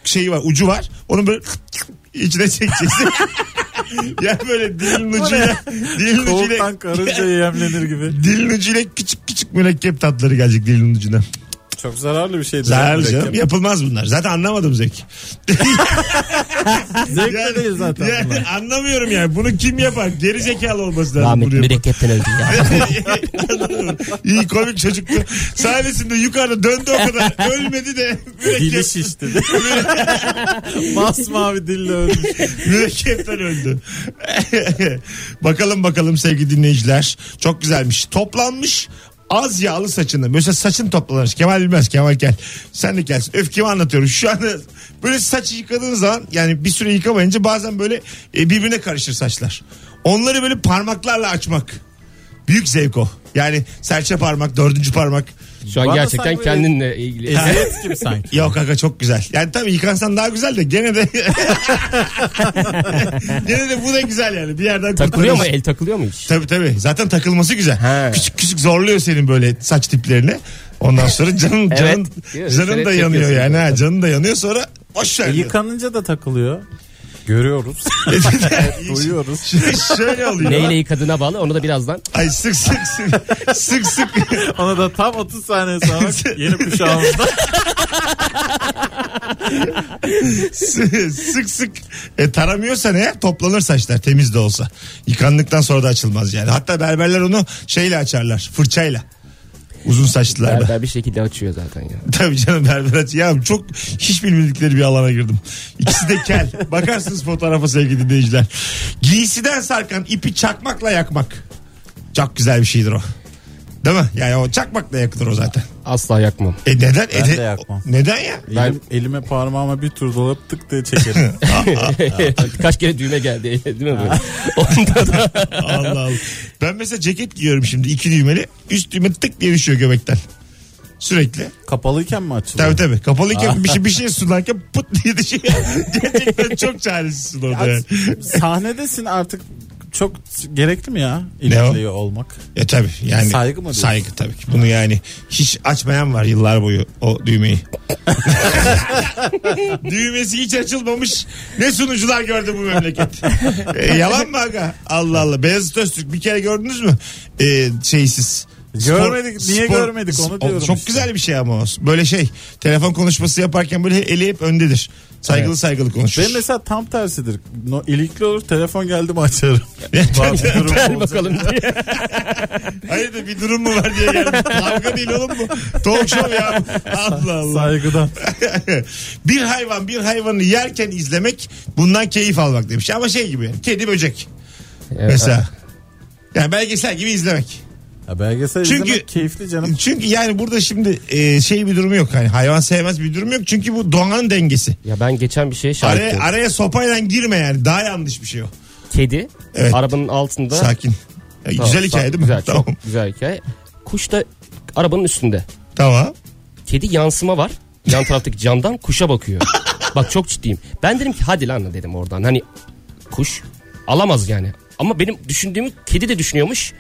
S2: şeyi var, ucu var. Onu böyle içine çekeceksin. ya böyle dilin ucuyla dilin ucuyla
S3: Kovuktan karınca yemlenir gibi.
S2: dilin ucuyla küçük küçük mürekkep tatları gelecek dilin ucuna.
S3: Çok zararlı bir şey.
S2: Zararlı canım. Yapılmaz bunlar. Zaten anlamadım zevk.
S3: Zevkli değil zaten. bunlar.
S2: Yani anlamıyorum yani. Bunu kim yapar? Geri zekalı olması lazım. bunu
S4: Rahmetli
S2: yapan.
S4: mürekkepten öldü ya.
S2: İyi komik çocuktu. Sahnesinde yukarıda döndü o kadar. Ölmedi de
S3: Dili
S2: mürekkep,
S3: şişti. Masmavi dille ölmüş.
S2: mürekkepten öldü. bakalım bakalım sevgili dinleyiciler. Çok güzelmiş. Toplanmış az yağlı saçını. Mesela saçın toplanır. Kemal bilmez. Kemal gel. Sen de gelsin. Öfkemi anlatıyorum. Şu anda böyle saçı yıkadığın zaman yani bir süre yıkamayınca bazen böyle e, birbirine karışır saçlar. Onları böyle parmaklarla açmak. Büyük zevk o. Yani serçe parmak, dördüncü parmak.
S4: Şu an
S3: Bana
S4: gerçekten
S3: sanki
S4: kendinle ilgili.
S3: Eziyet gibi sanki.
S2: Yok kanka çok güzel. Yani tabii yıkansan daha güzel de gene de gene de bu da güzel yani. Bir yerden
S4: Takılıyor mu?
S2: kurtarır.
S4: El takılıyor mu hiç?
S2: Tabii tabii. Zaten takılması güzel.
S4: He.
S2: Küçük küçük zorluyor senin böyle saç tiplerini. Ondan sonra canın
S4: Evet.
S2: canın
S4: Değil mi?
S2: canın da
S4: Senet
S2: yanıyor
S4: yapıyorsun
S2: yani.
S4: zaten.
S2: Ha, canın da yanıyor sonra boş
S3: E,
S2: ver.
S3: Yıkanınca da takılıyor. Görüyoruz. Duyuyoruz.
S2: Ş- Şöyle oluyor.
S4: Neyle yıkadığına bağlı onu da birazdan.
S2: Ay sık sık sık sık sık
S3: Ona da tam 30 saniye sonra yeni kuşağımızda.
S2: sık sık, sık. E, taramıyorsan eğer toplanır saçlar temiz de olsa. Yıkandıktan sonra da açılmaz yani. Hatta berberler onu şeyle açarlar fırçayla. Uzun saçlılarda.
S4: Berber bir şekilde açıyor zaten ya.
S2: Tabii canım berber aç. Ya çok hiç bilmedikleri bir alana girdim. İkisi de kel. Bakarsınız fotoğrafa sevgili dinleyiciler. Giysiden sarkan ipi çakmakla yakmak. Çok güzel bir şeydir o. Değil mi? Yani o çakmakla yakılır o zaten.
S4: Asla yakmam.
S2: E neden?
S3: Ben
S2: E
S3: de yakmam.
S2: Neden ya?
S3: Elim, elime parmağıma bir tur dolap tık diye çekerim.
S4: Kaç kere düğme geldi değil mi böyle? Onda da
S2: Allah Allah. Ben mesela ceket giyiyorum şimdi iki düğmeli. Üst düğme tık diye düşüyor göbekten. Sürekli.
S3: Kapalıyken mi açılıyor?
S2: Tabii tabii. Kapalıyken bir şey, bir şey sularken pıt diye düşüyor. Gerçekten çok çaresizsin orada yani.
S3: Sahnedesin artık çok gerekli mi ya
S2: Ne o?
S3: ilikliği olmak?
S2: E tabii yani.
S3: Saygı mı diyorsun?
S2: Saygı tabii ki. Bunu yani hiç açmayan var yıllar boyu o düğmeyi. Düğmesi hiç açılmamış. Ne sunucular gördü bu memleket. E, yalan mı aga? Allah Allah. Beyazıt Öztürk bir kere gördünüz mü? E, şeysiz.
S3: Görmedik. Niye görmedik? Onu diyorum
S2: Çok
S3: işte.
S2: güzel bir şey ama o. Böyle şey telefon konuşması yaparken böyle eli hep öndedir. Saygılı saygılı konuşur.
S3: Benim mesela tam tersidir. No, ilikli olur telefon geldi mi açarım.
S4: ver bakalım diye.
S2: Hayır da bir durum mu var diye geldim. Kavga değil oğlum bu. Talk show ya. Allah Allah.
S3: Saygıdan.
S2: bir hayvan bir hayvanı yerken izlemek bundan keyif almak demiş. Ama şey gibi yani, kedi böcek mesela. Yani belgesel gibi izlemek.
S3: Ya belgesel
S2: Çünkü-
S3: izlemek keyifli canım.
S2: Çünkü yani burada şimdi e, şey bir durumu yok. Hani hayvan sevmez bir durum yok. Çünkü bu doğanın dengesi.
S4: Ya ben geçen bir şey şeye şahit
S2: Araya,
S4: oldum.
S2: araya sopayla girme yani. Daha yanlış bir şey o.
S4: Kedi
S2: Evet.
S4: arabanın altında.
S2: Sakin. E,
S4: Tamam,
S2: güzel hikaye
S4: sa-
S2: değil mi?
S4: Güzel,
S2: tamam.
S4: çok güzel hikaye. Kuş da arabanın üstünde.
S2: Tamam.
S4: Kedi yansıma var. Yan taraftaki camdan kuşa bakıyor. Bak çok ciddiyim. Ben dedim ki hadi lan dedim oradan. Hani kuş alamaz yani. Ama benim düşündüğümü kedi de düşünüyormuş.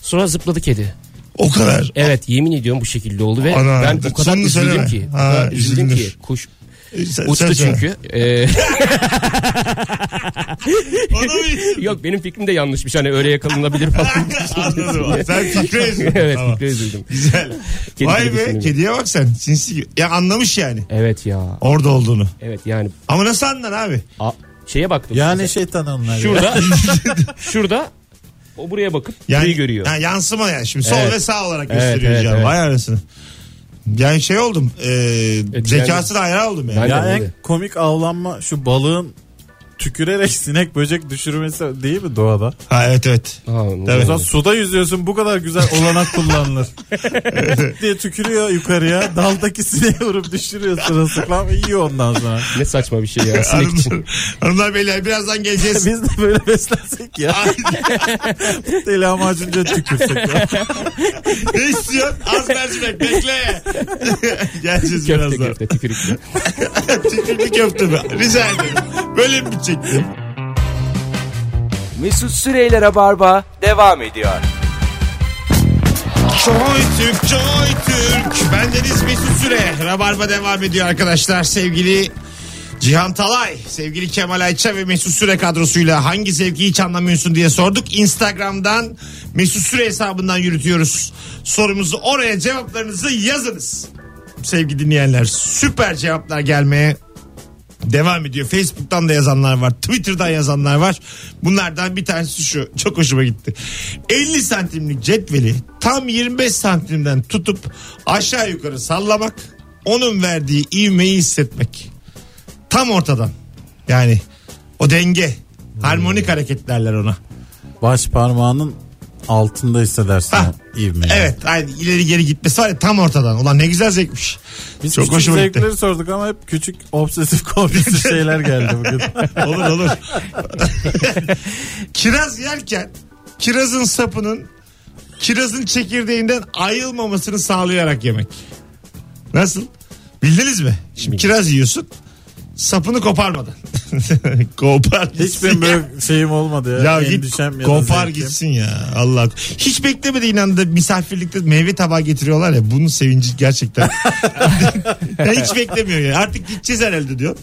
S4: Sonra zıpladı kedi.
S2: O kadar.
S4: Evet yemin ediyorum bu şekilde oldu ve
S2: Ana,
S4: ben o kadar
S2: sonunu
S4: üzüldüm
S2: söyleme.
S4: ki. o
S2: Ha,
S4: kadar üzüldüm
S2: üzülür.
S4: ki kuş
S2: Sen- sen
S4: E, Uçtu
S2: söyle.
S4: çünkü. Ee,
S2: Onu mu iyisin?
S4: yok benim fikrim de yanlışmış. Hani öyle yakalanabilir falan.
S2: Anladım. Sen fikre üzüldün.
S4: evet
S2: Tamam.
S4: fikre üzüldüm.
S2: Güzel.
S4: Kedi
S2: Vay
S4: gibi
S2: be
S4: düşündüm.
S2: kediye bak sen. Sinsi gibi. Ya anlamış yani.
S4: Evet ya.
S2: Orada olduğunu.
S4: Evet yani
S2: Ama nasıl anlar abi?
S4: a- şeye baktım.
S3: Yani şeytan onlar. ya.
S4: şurada şurada o buraya bakıp
S2: Yani,
S4: burayı görüyor.
S2: Ha, yansıma yani. Şimdi sol
S4: Evet.
S2: ve sağ olarak
S4: Evet,
S2: gösteriyor
S4: evet,
S2: canım.
S4: evet.
S2: Vay anasını. Yani şey oldum. E, zekasına hayran oldum yani.
S4: Ben-
S3: Ya
S4: Aynen
S3: en
S4: öyle.
S3: komik avlanma şu balığın tükürerek sinek böcek düşürmesi değil mi doğada?
S2: Ha, evet evet.
S4: Ha,
S3: O
S2: Evet.
S3: zaman suda yüzüyorsun bu kadar güzel olanak kullanılır. diye tükürüyor yukarıya. Daldaki sineği vurup düşürüyor sırılsıklam ve yiyor ondan sonra.
S4: Ne saçma bir şey ya sinek için.
S2: Hanımlar, hanımlar beyler birazdan geleceğiz.
S3: Biz de böyle beslensek ya. Deli amacınca tükürsek ya.
S2: ne istiyorsun? Az mercimek bekle. geleceğiz
S4: Köfte
S2: birazdan.
S4: köfte tükürükle.
S2: Tükürlü köfte mi? Rica ederim. Böyle mi bitecekti?
S1: Mesut Süreyler'e barba devam ediyor.
S2: Joy Türk, Joy Türk. Bendeniz Mesut Süre. Rabarba devam ediyor arkadaşlar. Sevgili Cihan Talay, sevgili Kemal Ayça ve Mesut Süre kadrosuyla hangi zevki hiç anlamıyorsun diye sorduk. Instagram'dan Mesut Süre hesabından yürütüyoruz. Sorumuzu oraya cevaplarınızı yazınız. Sevgili dinleyenler süper cevaplar gelmeye devam ediyor. Facebook'tan da yazanlar var. Twitter'dan yazanlar var. Bunlardan bir tanesi şu. Çok hoşuma gitti. 50 santimlik cetveli tam 25 santimden tutup aşağı yukarı sallamak. Onun verdiği ivmeyi hissetmek. Tam ortadan. Yani o denge. Harmonik hareket derler ona.
S3: Baş parmağının altında hissedersin
S2: Ha.
S3: o ivmeyi.
S2: Evet aynı ileri geri gitmesi var ya tam ortadan. Ulan ne güzel zevkmiş.
S3: Biz
S2: Çok
S3: küçük
S2: hoşuma gitti.
S3: zevkleri sorduk ama hep küçük obsesif kompulsif şeyler geldi bugün.
S2: olur olur. Kiraz yerken kirazın sapının kirazın çekirdeğinden ayrılmamasını sağlayarak yemek. Nasıl? Bildiniz mi? Şimdi kiraz yiyorsun. Sapını koparmadan. Kopar.
S3: Hiç benim böyle şeyim olmadı ya.
S2: ya git
S3: Endişem ya da
S2: kopar
S3: zevkim.
S2: gitsin ya Allah. Hiç beklemediğin anda misafirlikte meyve tabağı getiriyorlar ya bunun sevinci gerçekten. Ya hiç beklemiyor ya. Artık gideceğiz herhalde diyor.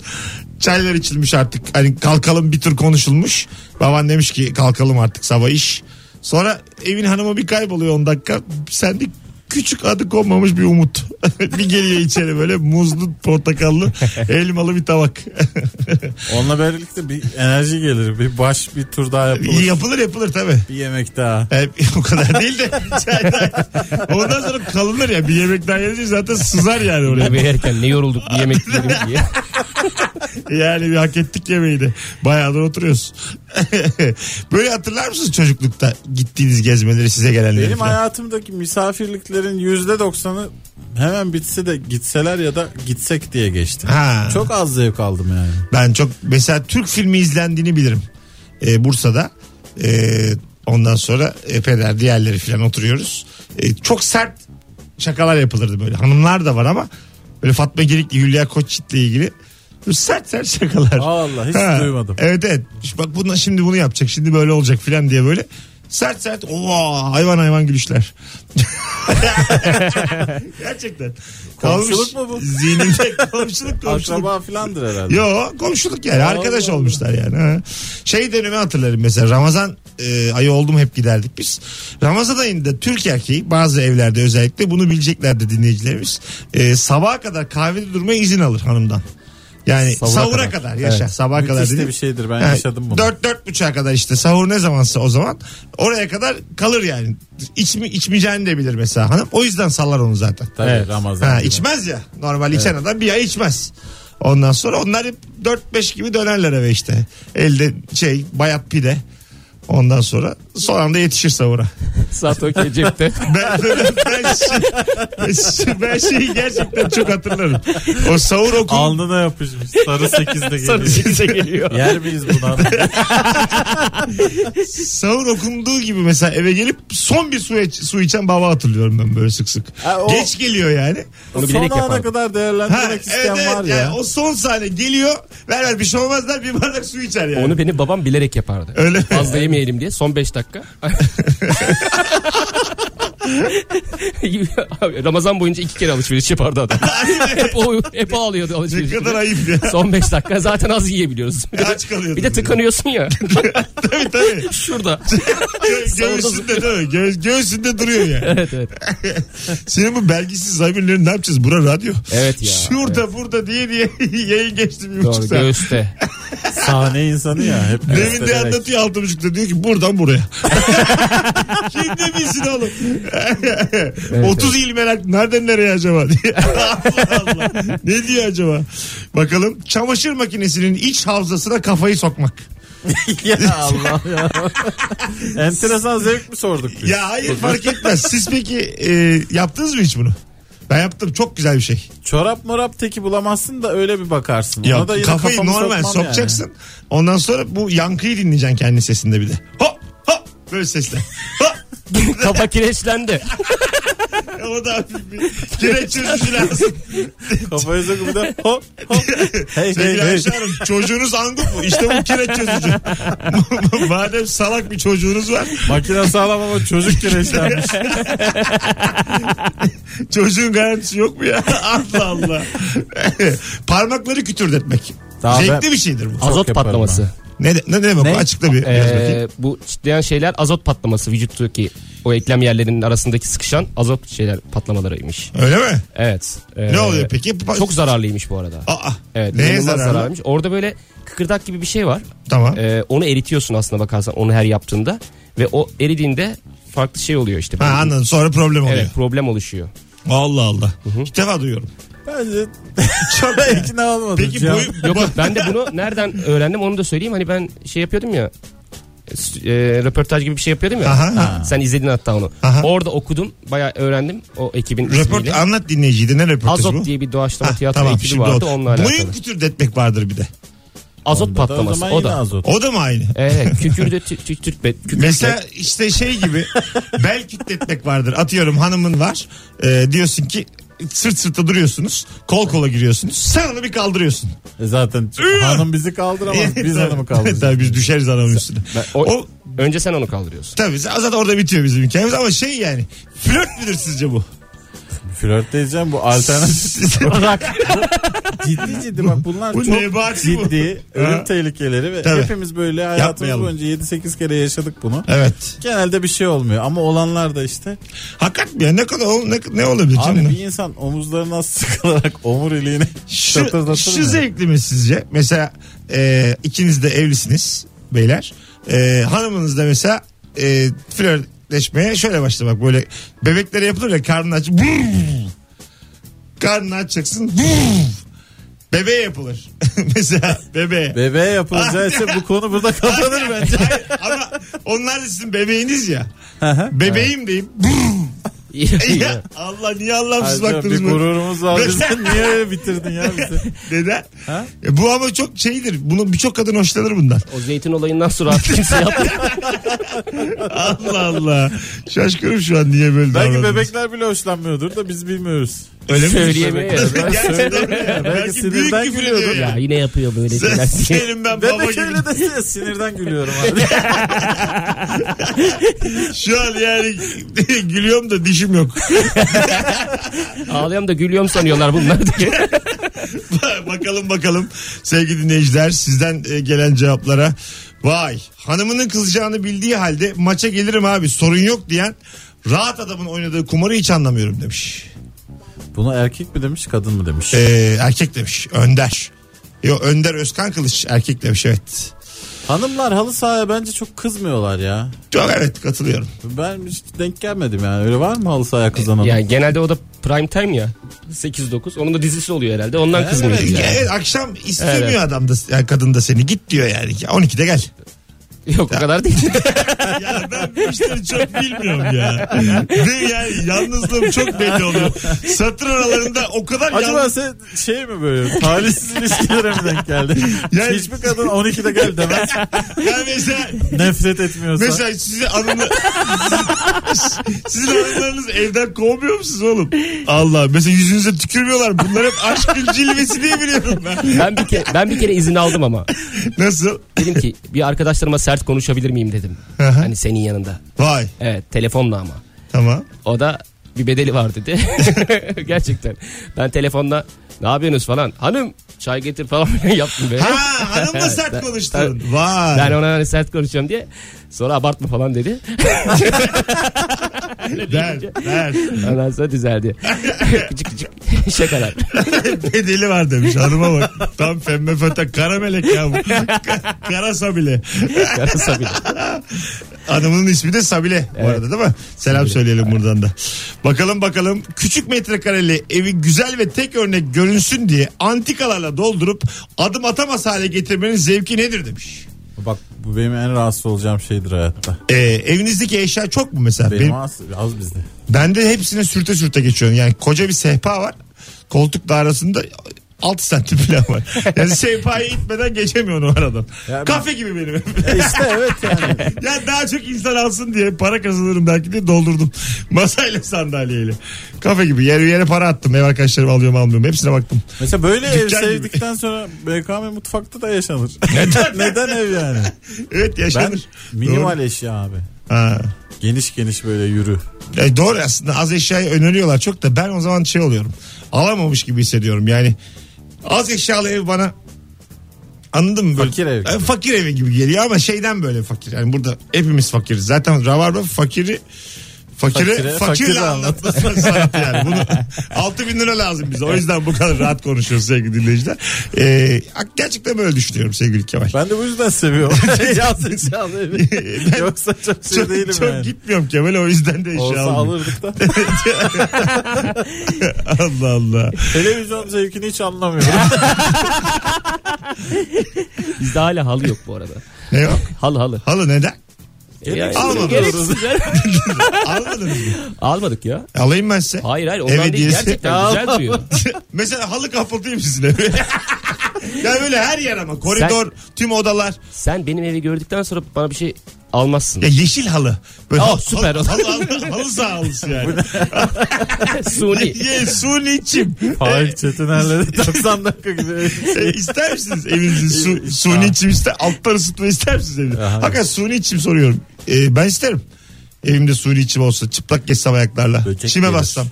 S2: Çaylar içilmiş artık. Hani kalkalım bir tur konuşulmuş. Baban demiş ki kalkalım artık sabah iş. Sonra evin hanımı bir kayboluyor 10 dakika. Sen de küçük adı konmamış bir umut. bir geliyor içeri böyle muzlu, portakallı, elmalı bir tabak.
S3: Onunla birlikte bir enerji gelir. Bir baş bir tur daha yapılır.
S2: yapılır yapılır tabii.
S3: bir yemek daha.
S2: E, o kadar değil de bir çay daha. Ondan sonra kalınır ya bir yemek daha yenecek zaten sızar yani oraya.
S4: Abi yerken ne yorulduk bir yemek yiyelim diye.
S2: Yani bir hak ettik yemeği de. Bayağıdır oturuyoruz. Böyle hatırlar mısınız çocuklukta gittiğiniz gezmeleri size gelenleri?
S3: Benim
S2: falan?
S3: hayatımdaki misafirliklerin yüzde doksanı hemen bitse de gitseler ya da gitsek diye geçti.
S2: Ha.
S3: Çok az zevk aldım yani.
S2: Ben çok mesela Türk filmi izlendiğini bilirim. Ee, Bursa'da. Ee, ondan sonra e, peder diğerleri falan oturuyoruz. Ee, çok sert şakalar yapılırdı böyle. Hanımlar da var ama böyle Fatma Girik'le Hülya Koçit'le ilgili böyle sert sert şakalar.
S3: Allah hiç
S2: Ha,
S3: duymadım.
S2: Evet evet. Şu Bak buna, şimdi bunu yapacak. Şimdi böyle olacak filan diye böyle. Sert sert. Oo, hayvan hayvan gülüşler. Gerçekten.
S3: Komşuluk mu bu?
S2: Zihnimde komşuluk komşuluk.
S3: Akraba filandır herhalde.
S2: Yo komşuluk yani arkadaş
S3: Allah.
S2: olmuşlar yani. Ha. Şey dönemi hatırlarım mesela Ramazan e, ayı oldu mu hep giderdik biz. Ramazan ayında Türk erkeği bazı evlerde özellikle bunu bileceklerdi dinleyicilerimiz. E, sabaha kadar kahvede durmaya izin alır hanımdan. Yani
S3: Sahura
S2: sahura kadar,
S3: kadar.
S2: yaşa
S3: Evet.
S2: sabaha
S3: Müthiş
S2: kadar
S3: de
S2: dedim.
S3: bir şeydir, ben yaşadım bunu.
S2: Dört dört buçuğa kadar işte sahur ne zamansa o zaman oraya kadar kalır yani. İçmi, içmeyeceğini de bilir mesela hanım. O yüzden sallar onu zaten.
S3: Tabii
S4: Evet.
S3: Ramazan.
S2: Ha,
S3: gibi.
S2: içmez ya. Normal içen adam bir ay içmez. Ondan sonra onlar hep 4-5 gibi dönerler eve işte. Elde şey bayat pide. Ondan sonra son anda yetişir sahura.
S4: Saat okey cepte.
S2: Ben, ben, şey- ben şeyi gerçekten çok hatırlarım. O sahur okulu.
S3: Alnına yapışmış. Sarı sekizde
S4: Sarı
S3: geliyor.
S4: size şey geliyor.
S3: Yer miyiz bunu?
S2: Sahur okunduğu gibi mesela eve gelip son bir su, iç- su içen baba hatırlıyorum ben böyle sık sık.
S3: Ha, o-
S2: Geç geliyor yani.
S4: Onu
S3: Son
S4: bilerek
S3: ana
S4: yapardım.
S3: kadar
S2: Ha,
S3: değerlendirmek
S2: evet,
S3: isteyen
S2: evet,
S3: var ya.
S2: yani o son sahne geliyor. Ver ver bir şey olmazlar bir bardak su içer yani.
S4: Onu beni babam bilerek yapardı.
S2: Öyle mi?
S4: Fazla yemeyelim diye son 5 dakika. Abi, Ramazan boyunca iki kere alışveriş yapardı adam. hep, o, hep ağlıyordu
S2: Ne
S4: alışveriş.
S2: kadar ayıp ya.
S4: Son 5 dakika zaten az yiyebiliyoruz. Bir de,
S2: Aç kalıyordum.
S4: bir de tıkanıyorsun ya.
S2: Tabii tabii.
S4: Şurada.
S2: Gö- göğsünde değil mi? Gö- göğsünde duruyor yani.
S4: evet evet.
S2: Senin bu belgisiz zamirleri ne yapacağız? Bura radyo.
S4: Evet ya,
S2: Şurada burada diye diye yayın geçti bir buçuk
S4: Doğru
S2: saat.
S4: göğüste.
S3: Sahne insanı ya. Hep
S2: Demin de anlatıyor altı buçukta diyor ki buradan buraya. Kim ne bilsin oğlum? 30 il merak nereden nereye acaba diye. Allah Allah. Ne diyor acaba? Bakalım çamaşır makinesinin iç havzasına kafayı sokmak.
S3: ya Allah ya. Enteresan zevk mi sorduk biz?
S2: Ya hayır fark etmez. Siz peki e, yaptınız mı hiç bunu? Ben yaptım çok güzel bir şey.
S3: Çorap morap teki bulamazsın da öyle bir bakarsın.
S2: Ya
S3: Ona da yine
S2: kafayı
S3: kafamı
S2: normal
S3: sokmam yani.
S2: sokacaksın. Ondan sonra bu yankıyı dinleyeceksin kendi sesinde bir de. Hop hop böyle sesle. Hop.
S4: Kafa kireçlendi.
S2: O da hafif bir kireç çözücü lazım.
S3: Kafayı sokup bir de hop hop. Hey hey
S2: Sevgili
S3: hey.
S2: Ayşe Hanım çocuğunuz angut mu? İşte bu kireç çözücü. Madem salak bir çocuğunuz var
S3: Makine sağlam ama çocuk kireçlenmiş.
S2: çocuğun garantisi yok mu ya? Allah Allah. Parmakları kütürdetmek.
S3: Daha ben-
S2: Zevkli bir şeydir bu.
S4: Azot
S3: yaparım
S4: patlaması.
S2: Ne, ne, ne demek
S3: Ne?
S2: bu? Açıkla bir. biraz bakayım.
S4: Ee, bu çitleyen şeyler azot patlaması. Vücuttaki o eklem yerlerinin arasındaki sıkışan azot şeyler patlamalarıymış.
S2: Öyle mi?
S4: Evet. Ee,
S2: Ne oluyor peki? Pa-
S4: Çok zararlıymış bu arada.
S2: Aa,
S4: Evet.
S2: neye
S4: inanılmaz
S2: zararlı?
S4: zararlıymış. Orada böyle kıkırdak gibi bir şey var.
S2: Tamam.
S4: Ee, onu eritiyorsun aslında bakarsan onu her yaptığında ve o eridiğinde farklı şey oluyor işte.
S2: ha, anladım. Sonra problem oluyor.
S4: Evet problem oluşuyor.
S2: Allah Allah. İlk defa duyuyorum.
S3: Bence
S2: Çok
S3: ikna olmadım.
S2: Peki
S3: Cihan.
S2: boyu...
S4: Yok yok, ben de bunu nereden öğrendim onu da söyleyeyim. Hani ben şey yapıyordum ya e, röportaj gibi bir şey yapıyordum ya.
S2: Aha, aha.
S4: Sen izledin hatta onu.
S2: Aha.
S4: Orada okudum. Bayağı öğrendim o ekibin
S2: Röport,
S4: ismiyle.
S2: anlat dinleyiciydi ne röportajı
S4: Azot
S2: bu?
S4: diye bir doğaçlama
S2: Ha,
S4: tiyatro
S2: tamam,
S4: ekibi
S2: şimdi
S4: vardı
S2: oldu.
S4: onunla alakalı.
S2: Boyun kütürdetmek vardır bir de.
S4: azot
S3: Onda da
S4: patlaması
S3: zaman
S4: o da.
S3: yine
S4: E,
S3: azot.
S2: O da mı aynı?
S4: Evet kükürdü tü- tü- tütbe- kükürt-
S2: Mesela işte şey gibi bel kütletmek vardır. Atıyorum hanımın var. Ee, diyorsun ki sırt sırta duruyorsunuz. Kol kola giriyorsunuz. Sen onu bir kaldırıyorsun.
S3: E zaten hanım bizi kaldıramaz. Biz hanımı kaldırırız.
S2: Tabii biz düşeriz hanımın üstüne.
S4: O,
S2: O,
S4: önce sen onu kaldırıyorsun.
S2: tabii zaten orada bitiyor bizim hikayemiz ama şey yani flört müdür sizce bu?
S3: Flört edeceğim bu alternatif. Bak, bu- ciddi ciddi bak bunlar
S2: Bu
S3: çok
S2: nebati bu.
S3: ciddi
S2: Ha.
S3: ölüm tehlikeleri ve
S2: Tabii.
S3: hepimiz böyle hayatımız
S2: Yapmayalım.
S3: boyunca 7-8 kere yaşadık bunu.
S2: Evet.
S3: Genelde bir şey olmuyor ama olanlar da işte
S2: Hakikat mi ya? Ne kadar ne, ne olabilir?
S3: abi
S2: canım?
S3: bir insan omuzlarına sıkılarak omuriliğini
S2: Şu,
S3: çatırdatır
S2: şu
S3: mı?
S2: zevkli mi sizce? Mesela e, ikiniz de evlisiniz beyler. E, hanımınız da mesela e, flörtleşmeye şöyle başlamak. Böyle bebeklere yapılır ya karnını aç. Vuv! Karnını açacaksın. Vuv! Bebeğe yapılır. mesela bebeğe.
S3: Bebeğe yapılacağı için bu konu burada kapanır bence.
S2: Hayır, ama onlar da sizin bebeğiniz ya. Bebeğim deyip. Vuv! Ya Allah niye Allah'ımsız
S3: Ayrıca
S2: baktınız
S3: bir
S2: mı?
S3: gururumuz var. Sen niye öyle bitirdin ya bizi?
S2: Neden?
S3: Ha?
S2: E, bu ama çok şeydir. Bunu birçok kadın hoşlanır bundan.
S4: O zeytin olayından sonra artık kimse yapmıyor.
S2: Allah Allah. Şaşkınım şu an niye böyle
S3: Belki
S2: davrandınız.
S3: bebekler bile hoşlanmıyordur da biz bilmiyoruz.
S2: Öyle mi?
S4: Söyleyemiyoruz.
S2: Gerçekten öyle.
S3: Belki
S2: Belki büyük
S3: sinirden
S2: küfür
S3: gülüyordur.
S2: ediyor
S4: ya
S2: ya.
S4: yine yapıyor böyle
S2: Sen
S4: şeyler diye.
S2: sikerim ben baba
S3: Bebek
S2: gibi.
S3: öyle de sinirden gülüyorum abi.
S2: Şu an yani gülüyorum da dişim yok.
S4: Ağlıyorum da gülüyorum sanıyorlar bunlar diye.
S2: bakalım bakalım sevgili dinleyiciler sizden e, gelen cevaplara. Vay hanımının kızacağını bildiği halde maça gelirim abi sorun yok diyen rahat adamın oynadığı kumarı hiç anlamıyorum demiş.
S3: Bunu erkek mi demiş kadın mı demiş?
S2: Ee, erkek demiş Önder. Yo Önder Özkan Kılıç erkek demiş evet.
S3: Hanımlar halı sahaya bence çok kızmıyorlar ya.
S2: Çok evet katılıyorum.
S3: Ben hiç denk gelmedim yani. Öyle var mı halı sahaya kızan hanım?
S4: yani genelde o da prime time ya. 8-9. Onun da dizisi oluyor herhalde. Ondan
S3: Evet,
S4: kızmıyor.
S2: Evet,
S4: yani.
S2: evet, akşam istemiyor
S4: Evet.
S2: adam da yani kadın da seni git diyor yani. 12'de gel.
S4: Yok o kadar değil.
S2: Ya ben bu işleri çok bilmiyorum ya. Ve yani yalnızlığım çok belli oluyor. Satır aralarında o kadar
S3: Acaba
S2: yalnız.
S3: sen şey mi böyle talihsiz ilişkilere mi denk geldi?
S2: Yani-
S3: Hiçbir kadın 12'de gel demez.
S2: Yani mesela,
S3: Nefret etmiyorsa.
S2: mesela sizi anını... Sizin anılarınız evden kovmuyor musunuz oğlum? Allah mesela yüzünüze tükürmüyorlar. Bunlar hep aşkın cilvesi diye biliyorum ben.
S4: ben bir kere, ben bir kere izin aldım ama.
S2: Nasıl?
S4: Dedim ki bir arkadaşlarıma sert konuşabilir miyim dedim.
S2: Aha.
S4: Hani senin yanında.
S2: Vay.
S4: Evet telefonla ama.
S2: Tamam.
S4: O da bir bedeli var dedi. Gerçekten. Ben telefonda ne yapıyorsunuz falan. Hanım çay getir falan filan yaptım böyle.
S2: Ha hanımla
S4: Ben-
S2: sert konuştun. Vay.
S4: Ben ona hani sert konuşuyorum diye. Sonra abartma falan dedi.
S2: Der, der.
S4: Ondan sonra düzeldi. küçük küçük şakalar.
S2: Bedeli var demiş hanıma bak. Tam pembe föta kara melek ya bu. Ka- kara sabile.
S4: Karı sabit.
S2: Hanımının ismi de Sabile bu arada değil mi? Selam söyleyelim buradan da. Bakalım bakalım küçük metrekareli evi güzel ve tek örnek görünsün diye antikalarla doldurup adım atamaz hale getirmenin zevki nedir demiş.
S3: Bak bu benim en rahatsız olacağım şeydir hayatta.
S2: Ee, evinizdeki eşya çok mu mesela?
S3: Benim,
S2: Benim-
S3: az, az bizde.
S2: ben de hepsine sürte sürte geçiyorum. Yani koca bir sehpa var. Koltuk dairasında 6 santim falan var. Yani sehpayı itmeden geçemiyorsun o aradan.
S3: Ya
S2: Kafe gibi benim. evim.
S3: işte evet yani.
S2: ya daha çok insan alsın diye para kazanırım belki diye doldurdum. Masayla sandalyeyle. Kafe gibi yere yere para attım. Ev arkadaşlarım alıyorum almıyorum. Hepsine baktım.
S3: Mesela böyle ev
S2: Dükkan gibi.
S3: sevdikten sonra BKM mutfakta da yaşanır. Neden? Neden ev yani?
S2: Evet
S3: Ben
S2: yaşanır.
S3: minimal
S2: Doğru.
S3: eşya abi.
S2: Ha.
S3: Geniş geniş böyle yürü.
S2: E, doğru aslında az eşyayı öneriyorlar çok da ben o zaman şey oluyorum. Alamamış gibi hissediyorum yani. Az eşyalı ev bana anladın mı? Böyle,
S3: Fakir ev.
S2: E, fakir evi gibi geliyor ama şeyden böyle fakir. Yani burada hepimiz fakiriz. Zaten Rabarba fakiri Fakire,
S3: Fakire,
S2: fakirle
S3: fakirle
S2: anlatması sanat yani. Bunu, 6 bin lira lazım bize. O yüzden bu kadar rahat konuşuyoruz sevgili dinleyiciler. E, gerçekten böyle düşünüyorum sevgili Kemal.
S3: Ben de bu yüzden seviyorum. Yaz eşyalı evi.
S2: Ben
S3: Yoksa çok şey
S2: çok,
S3: değilim
S2: çok
S3: yani.
S2: gitmiyorum Kemal o yüzden de şey eşya
S3: Olsa
S2: almıyorum.
S3: alırdık da.
S2: Allah Allah.
S3: Televizyon zevkini hiç anlamıyorum.
S4: Bizde hala halı yok bu arada.
S2: Ne yok?
S4: Halı halı.
S2: Halı neden?
S4: Yani-
S2: Almadık.
S4: Gereksiz ya.
S2: Almadınız mı?
S4: Almadık ya.
S2: Alayım ben size.
S4: Hayır hayır ondan
S2: Evet
S4: değil
S2: diyesi.
S4: gerçekten güzel duruyor.
S2: Mesela halı kapatayım sizin eve. ya böyle her yer ama. Koridor, tüm odalar.
S4: Sen benim evi gördükten sonra bana bir şey almazsın.
S2: Ya yeşil halı. Böyle
S4: Oh,
S2: halı-
S4: süper.
S2: Halı, halı, halı, halı sağ halısı yani.
S4: Suni.
S2: Ye suniçim.
S3: Hayır Çetinlerle 90 dakika gibi.
S2: E, ister misiniz evinizin su, suni çim ister? Altları ısıtma ister misiniz evinizin? Hakikaten suni çim soruyorum. E, ben isterim. Evimde suni çim olsa çıplak geçsem ayaklarla.
S3: Böcek
S2: Çime
S3: gelir.
S2: bassam.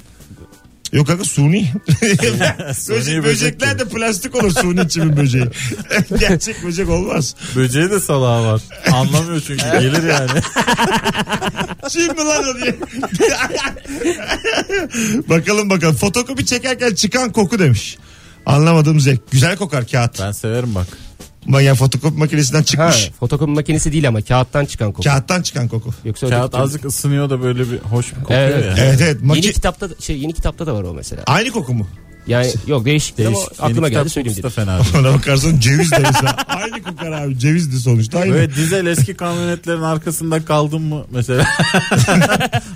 S2: Yok kanka suni. Böcek,
S3: böcek
S2: böcekler de
S3: gelir.
S2: plastik olur suni çimin böceği. Gerçek böcek olmaz.
S3: Böceği de salağı var. Anlamıyor çünkü gelir yani.
S2: Çim mi lan o diye. bakalım bakalım. Fotokopi çekerken çıkan koku demiş. Anlamadığım zevk. Güzel kokar kağıt.
S3: Ben severim bak.
S2: Manyak fotokopi makinesinden
S4: Ha,
S2: çıkmış.
S4: fotokopi makinesi değil ama kağıttan çıkan koku.
S2: Kağıttan çıkan koku.
S4: Yoksa öyle
S3: Kağıt
S4: bir-
S3: azıcık ısınıyor da böyle bir hoş bir kokuyor
S4: Evet.
S3: ya.
S2: Evet evet. Maki-
S4: Yeni kitapta da- şey yeni kitapta da var o mesela.
S2: Aynı koku mu?
S4: Yani yok değişik, değil ama
S3: Değişik. Yeni
S4: aklıma
S3: kitap
S4: geldi söyleyeyim
S3: kokusu da
S4: dedim.
S3: fena değil.
S2: Ona bakarsan ceviz de mesela. Aynı kokar abi. Cevizdi sonuçta. Aynı.
S3: Böyle dizel eski kamyonetlerin arkasında kaldım mı mesela?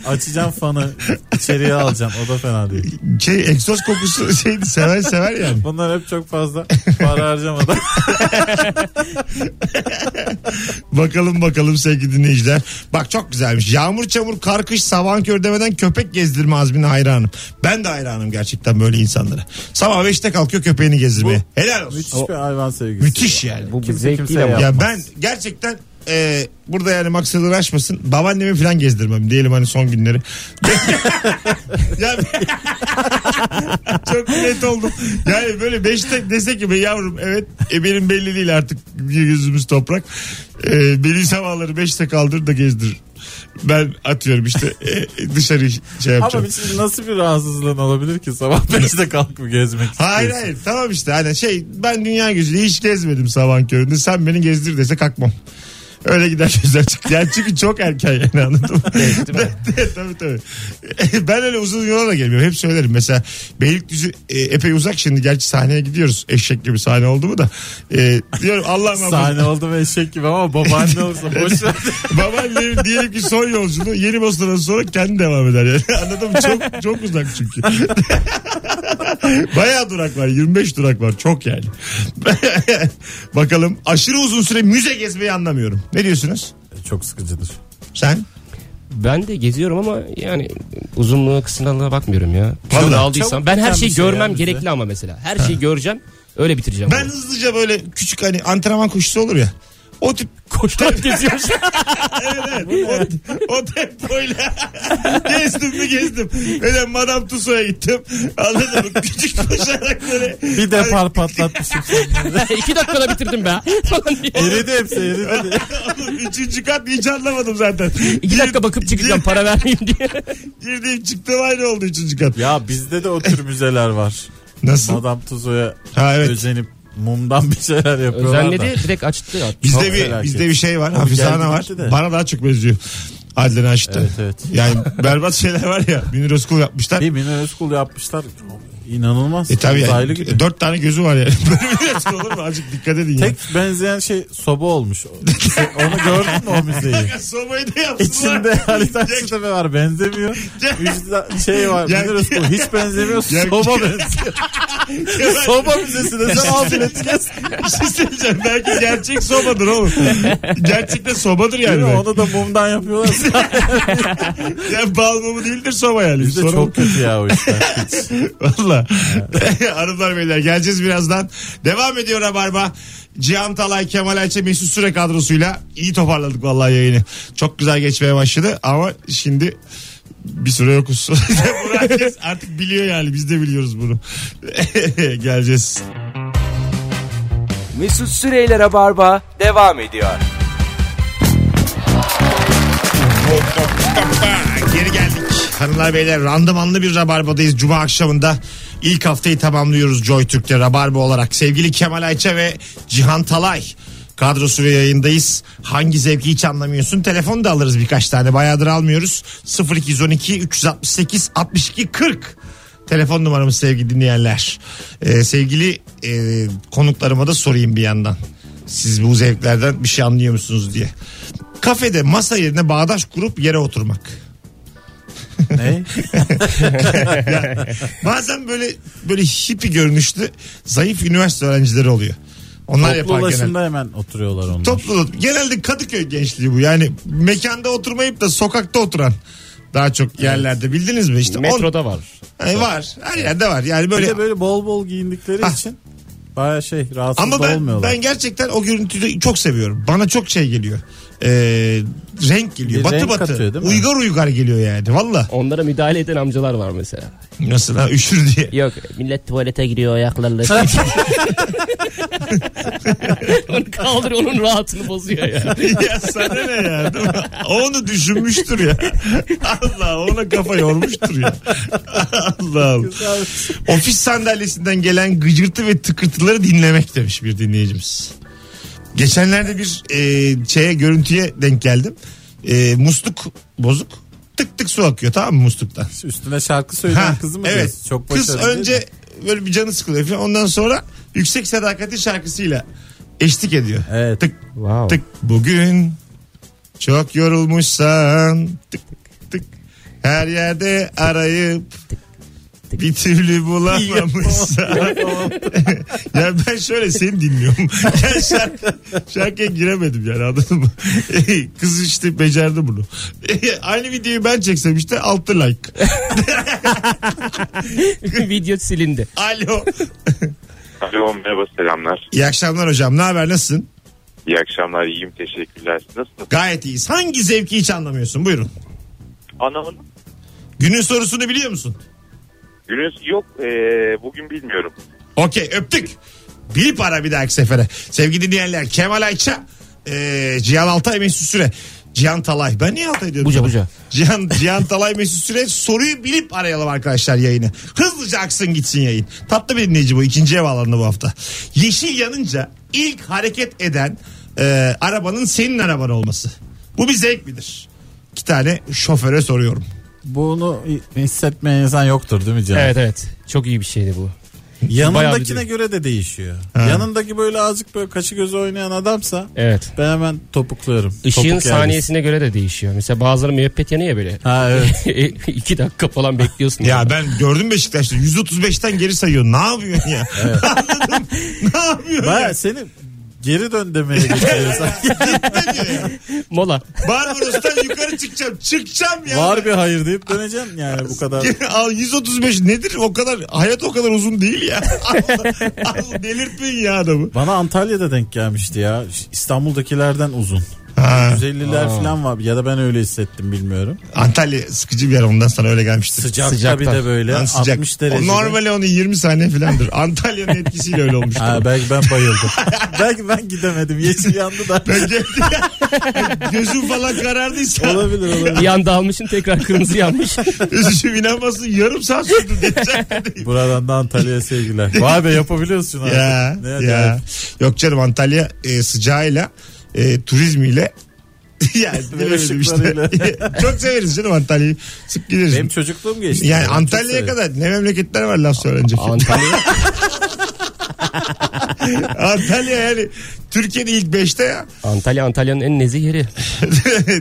S3: Açacağım fanı içeriye alacağım. O da fena değil.
S2: Şey, egzoz kokusu şeydi. Sever sever yani.
S3: Bunlar hep çok fazla para harcamadan.
S2: Bakalım bakalım sevgili dinleyiciler. Bak çok güzelmiş. Yağmur çamur kar kış savan kör demeden köpek gezdirme azmine hayranım. Ben de hayranım gerçekten böyle insanlara. Sabah 5'te kalkıyor köpeğini gezdirmeye. Helal olsun.
S3: Müthiş bir hayvan sevgisi.
S2: Müthiş yani.
S4: Bu bir
S3: Kimse
S4: zevk
S3: kimseye
S4: değil ama.
S3: yap-
S2: Ya
S3: Yapmaz.
S2: ben gerçekten e, burada yani maksat uğraşmasın. Babaannemi falan gezdirmem. Diyelim hani son günleri. ya, çok net oldum. Yani böyle beşte dese ki be yavrum evet e, benim belli değil artık yüzümüz toprak. E, beni sabahları beşte kaldır da gezdir. Ben atıyorum işte e, dışarı şey
S3: Ama
S2: yapacağım.
S3: bir şimdi nasıl bir rahatsızlığın olabilir ki sabah 5'te kalkıp gezmek istiyorsun?
S2: Hayır hayır tamam işte hani şey ben dünya gözüyle hiç gezmedim sabahın köründe sen beni gezdir dese kalkmam. Öyle gider gözler çık. Yani çünkü çok erken yani anladın mı? Ben- tabii tabii. Ben öyle uzun yola da gelmiyorum. Hep söylerim. Mesela Beylikdüzü e, epey uzak şimdi. Gerçi sahneye gidiyoruz. Eşek gibi sahne oldu mu da. E, diyorum Allah
S3: Sahne
S2: muhafaza.
S3: oldu ve eşek gibi ama babaanne olsa boş ver.
S2: Babaannem diyelim ki son yolculuğu yeni Bosna'dan sonra kendi devam eder yani. Anladın mı? Çok, çok uzak çünkü. Bayağı durak var. 25 durak var. Çok yani. Bakalım aşırı uzun süre müze gezmeyi anlamıyorum. Ne diyorsunuz?
S3: Çok sıkıcıdır.
S2: Sen?
S4: Ben de geziyorum ama yani uzunluğa kısınalığına bakmıyorum ya. Kilo
S2: Vallahi.
S4: da aldıysam
S3: Çabuk
S4: ben her
S3: biten
S4: şeyi
S3: bir şey ya
S4: görmem
S3: bizde.
S4: gerekli ama mesela. Her şeyi göreceğim öyle bitireceğim.
S2: Ben hızlıca böyle küçük hani antrenman koşusu olur ya. O tip
S4: Koştu atletiymiş.
S2: o, o tempoyla gezdim mi gezdim. Öyle Madame Tussauds'a gittim. Anladın mı? Küçük koşarak böyle.
S3: Bir depar patlatmışım.
S4: İki dakikada bitirdim be. Falan diye.
S3: eridi hepsi eridi.
S2: Oğlum, üçüncü kat hiç anlamadım zaten.
S4: İki dakika
S2: Gir-
S4: bakıp çıkacağım para vermeyeyim diye.
S2: Girdiğim çıktım aynı oldu üçüncü kat.
S3: Ya bizde de o tür müzeler var.
S2: Nasıl?
S3: Madame Tuzo'ya
S2: Ha, evet.
S3: özenip mumdan bir şeyler yapıyorlar da.
S4: Özenledi direkt açtı. ya.
S2: Bizde
S3: Çok
S2: bir
S3: felaket.
S2: bizde bir şey var. Hafize
S3: geldi
S2: Ana var.
S3: gitti de.
S2: Bana daha çok benziyor. Adile Naşit'te.
S3: Evet, evet.
S2: Yani berbat şeyler var ya. Münir Özkul yapmışlar.
S3: Bir Mine Özkul yapmışlar. İnanılmaz.
S2: E tabi
S3: Uzaylı
S2: yani.
S3: gibi.
S2: E, Dört tane gözü var yani. Böyle bir resim olur mu? Azıcık dikkat edin ya.
S3: Tek benzeyen şey soba olmuş. Onu gördün mü o müzeyi?
S2: Sobayı da yaptılar.
S3: İçinde Halit Akçatepe var benzemiyor. Üstünde şey var
S2: Ya-
S3: Münir Özkul hiç benzemiyor.
S2: Ya-
S3: Soba benziyor. soba müzesine sen al bilet kes.
S2: Bir şey söyleyeceğim. Belki gerçek sobadır oğlum. Gerçekten sobadır
S3: Değil
S2: yani.
S3: mi?
S2: belki.
S3: Onu da mumdan yapıyorlar.
S2: Yani bal mumu değildir soba yani.
S3: Bizde
S2: Sorun
S3: çok kötü ya o işler.
S2: Valla. Hanımlar beyler geleceğiz birazdan. Devam ediyor Rabarba. Cihan Talay, Kemal Ayça, Mesut Süre kadrosuyla iyi toparladık vallahi yayını. Çok güzel geçmeye başladı ama şimdi bir süre yokuz. bunu herkes artık biliyor yani biz de biliyoruz bunu. geleceğiz.
S1: Mesut Süreyler'e barba devam ediyor.
S2: Geri geldik. Hanımlar beyler randımanlı bir Rabarba'dayız. Cuma akşamında ilk haftayı tamamlıyoruz Joy Türk'te Rabarba olarak. Sevgili Kemal Ayça ve Cihan Talay kadrosu ve yayındayız. Hangi zevki hiç anlamıyorsun? Telefon da alırız birkaç tane. Bayağıdır almıyoruz. 0212 368 62 40 Telefon numaramız sevgili dinleyenler. Ee, sevgili e, konuklarıma da sorayım bir yandan. Siz bu zevklerden bir şey anlıyor musunuz diye. Kafede masa yerine bağdaş kurup yere oturmak.
S3: ne?
S2: Bazen böyle böyle hippi görünüşlü zayıf üniversite öğrencileri oluyor. Onlar
S3: Toplu
S2: yapar genelde.
S3: ulaşımda hemen oturuyorlar onlar.
S2: Toplu genelde Kadıköy gençliği bu. Yani mekanda oturmayıp da sokakta oturan daha çok yerlerde bildiniz mi? İşte on-
S4: Metroda var.
S2: Hani var. Her yerde var. Yani
S3: Bir
S2: böyle
S3: de böyle bol bol giyindikleri
S2: Ha.
S3: için baya şey rahatsız
S2: Ama
S3: da
S2: ben,
S3: olmuyorlar.
S2: ben gerçekten o görüntüyü çok seviyorum. Bana çok şey geliyor. Ee, renk geliyor.
S3: Bir
S2: batı
S3: renk
S2: batı.
S3: katıyor değil mi?
S2: uygar uygar geliyor yani. Valla.
S4: Onlara müdahale eden amcalar var mesela.
S2: Nasıl ha üşür diye.
S4: Yok millet tuvalete giriyor ayaklarıyla. şey onu kaldır onun rahatını bozuyor ya.
S2: ya sana ne ya değil mi? Onu düşünmüştür ya. Allah ona kafa yormuştur ya. Allah'ım. Ofis sandalyesinden gelen gıcırtı ve tıkırtıları dinlemek demiş bir dinleyicimiz. Geçenlerde bir e, şeye görüntüye denk geldim. E, musluk bozuk. Tık tık su akıyor tamam mı musluktan?
S3: Üstüne şarkı söyleyen
S2: Ha,
S3: kızı mı
S2: evet.
S3: diyorsun? Çok
S2: Kız
S3: başarılı değil mi?
S2: önce böyle bir canı sıkılıyor falan. Ondan sonra yüksek sadakatin şarkısıyla eşlik ediyor.
S3: Evet.
S2: Tık
S4: Wow.
S2: tık bugün çok yorulmuşsan tık tık her yerde arayıp bir türlü bulamamışsan ya ben şöyle seni dinliyorum ya şarkı, şarkıya giremedim yani anladın mı kız işte becerdi bunu aynı videoyu ben çeksem işte altı like
S4: Video silindi.
S2: alo
S8: Alo merhaba selamlar.
S2: İyi akşamlar hocam. Ne haber? Nasılsın?
S8: İyi akşamlar iyiyim teşekkürler. Nasılsınız?
S2: Gayet iyiyiz. Hangi zevki hiç anlamıyorsun? Buyurun.
S8: Anamın
S2: Günün sorusunu biliyor musun?
S8: gününüz yok ee, bugün bilmiyorum.
S2: Okey öptük. Bilip ara bir dahaki sefere. Sevgili dinleyenler Kemal Ayça, e, Cihan Altay Mesut Süre. Cihan Talay. Ben niye Altay diyorum?
S4: Buca,
S2: sana?
S4: buca.
S2: Cihan, Cihan Talay Mesut Süre soruyu bilip arayalım arkadaşlar yayını. Hızlıca aksın gitsin yayın. Tatlı bir dinleyici bu. ikinci ev alanında bu hafta. Yeşil yanınca ilk hareket eden e, arabanın senin araban olması. Bu bir zevk midir? İki tane şoföre soruyorum.
S3: Bunu hissetmeyen insan yoktur değil mi Can?
S4: Evet evet. Çok iyi bir şeydi bu. Bayağı bir
S3: Yanındakine
S4: durum.
S3: göre de değişiyor. Yanındaki böyle azıcık böyle kaşı gözü oynayan adamsa
S4: Evet.
S3: ben hemen topukluyorum.
S4: Işığın
S3: Topuk yerlisi.
S4: saniyesine göre de değişiyor. Mesela bazıları müebbet yanıyor ya böyle.
S3: Ha evet.
S4: İki dakika falan bekliyorsun.
S2: Ya ben gördüm Beşiktaş'ta 135'ten geri sayıyor. Ne yapıyorsun ya? Anladım. Ne yapıyorsun? ya?
S3: Baya seni geri dön demeye geçiyor. sanki.
S4: Mola.
S2: Barbaros'tan yukarı çıkacağım. Çıkacağım ya.
S3: Var bir hayır deyip döneceksin yani bu kadar.
S2: Al 135 nedir o kadar hayat o kadar uzun değil ya. Allah, Allah delirtmeyin ya adamı.
S3: Bana Antalya'da denk gelmişti ya. Ş- İstanbul'dakilerden uzun.
S2: Ha,
S3: 150'ler falan var ya da ben öyle hissettim bilmiyorum.
S2: Antalya sıkıcı bir yer ondan sana öyle gelmiştir.
S3: Sıcak
S4: Sıcakta.
S3: bir de böyle
S2: Lan sıcak.
S3: 60 derece.
S2: O normal onu 20 saniye filandır. Antalya'nın etkisiyle öyle olmuştur.
S3: Ha, belki ben bayıldım. belki ben gidemedim. Yeşil yandı da.
S2: Gözüm falan karardıysa
S3: olabilir olabilir.
S4: Bir anda almışsın tekrar kırmızı yanmış.
S2: üzücüm inanmasın yarım saat sürdü diyecek.
S3: Buradan da Antalya'ya sevgiler. Vay be yapabiliyorsun artık.
S2: ya,
S3: Ne
S2: ya.
S3: acayip.
S2: Yok canım Antalya e, sıcağıyla e, turizmiyle yani bilemedim işte.
S3: Işıklarıyla.
S2: Çok severiz canım Antalya'yı. Sık gideriz.
S3: Benim çocukluğum geçti.
S2: yani
S3: Ben çok
S2: Antalya'ya
S3: severim.
S2: kadar ne memleketler var laf söylenecek.
S4: Antalya.
S2: Antalya yani Türkiye'de ilk 5'te ya.
S4: Antalya Antalya'nın en nezih yeri.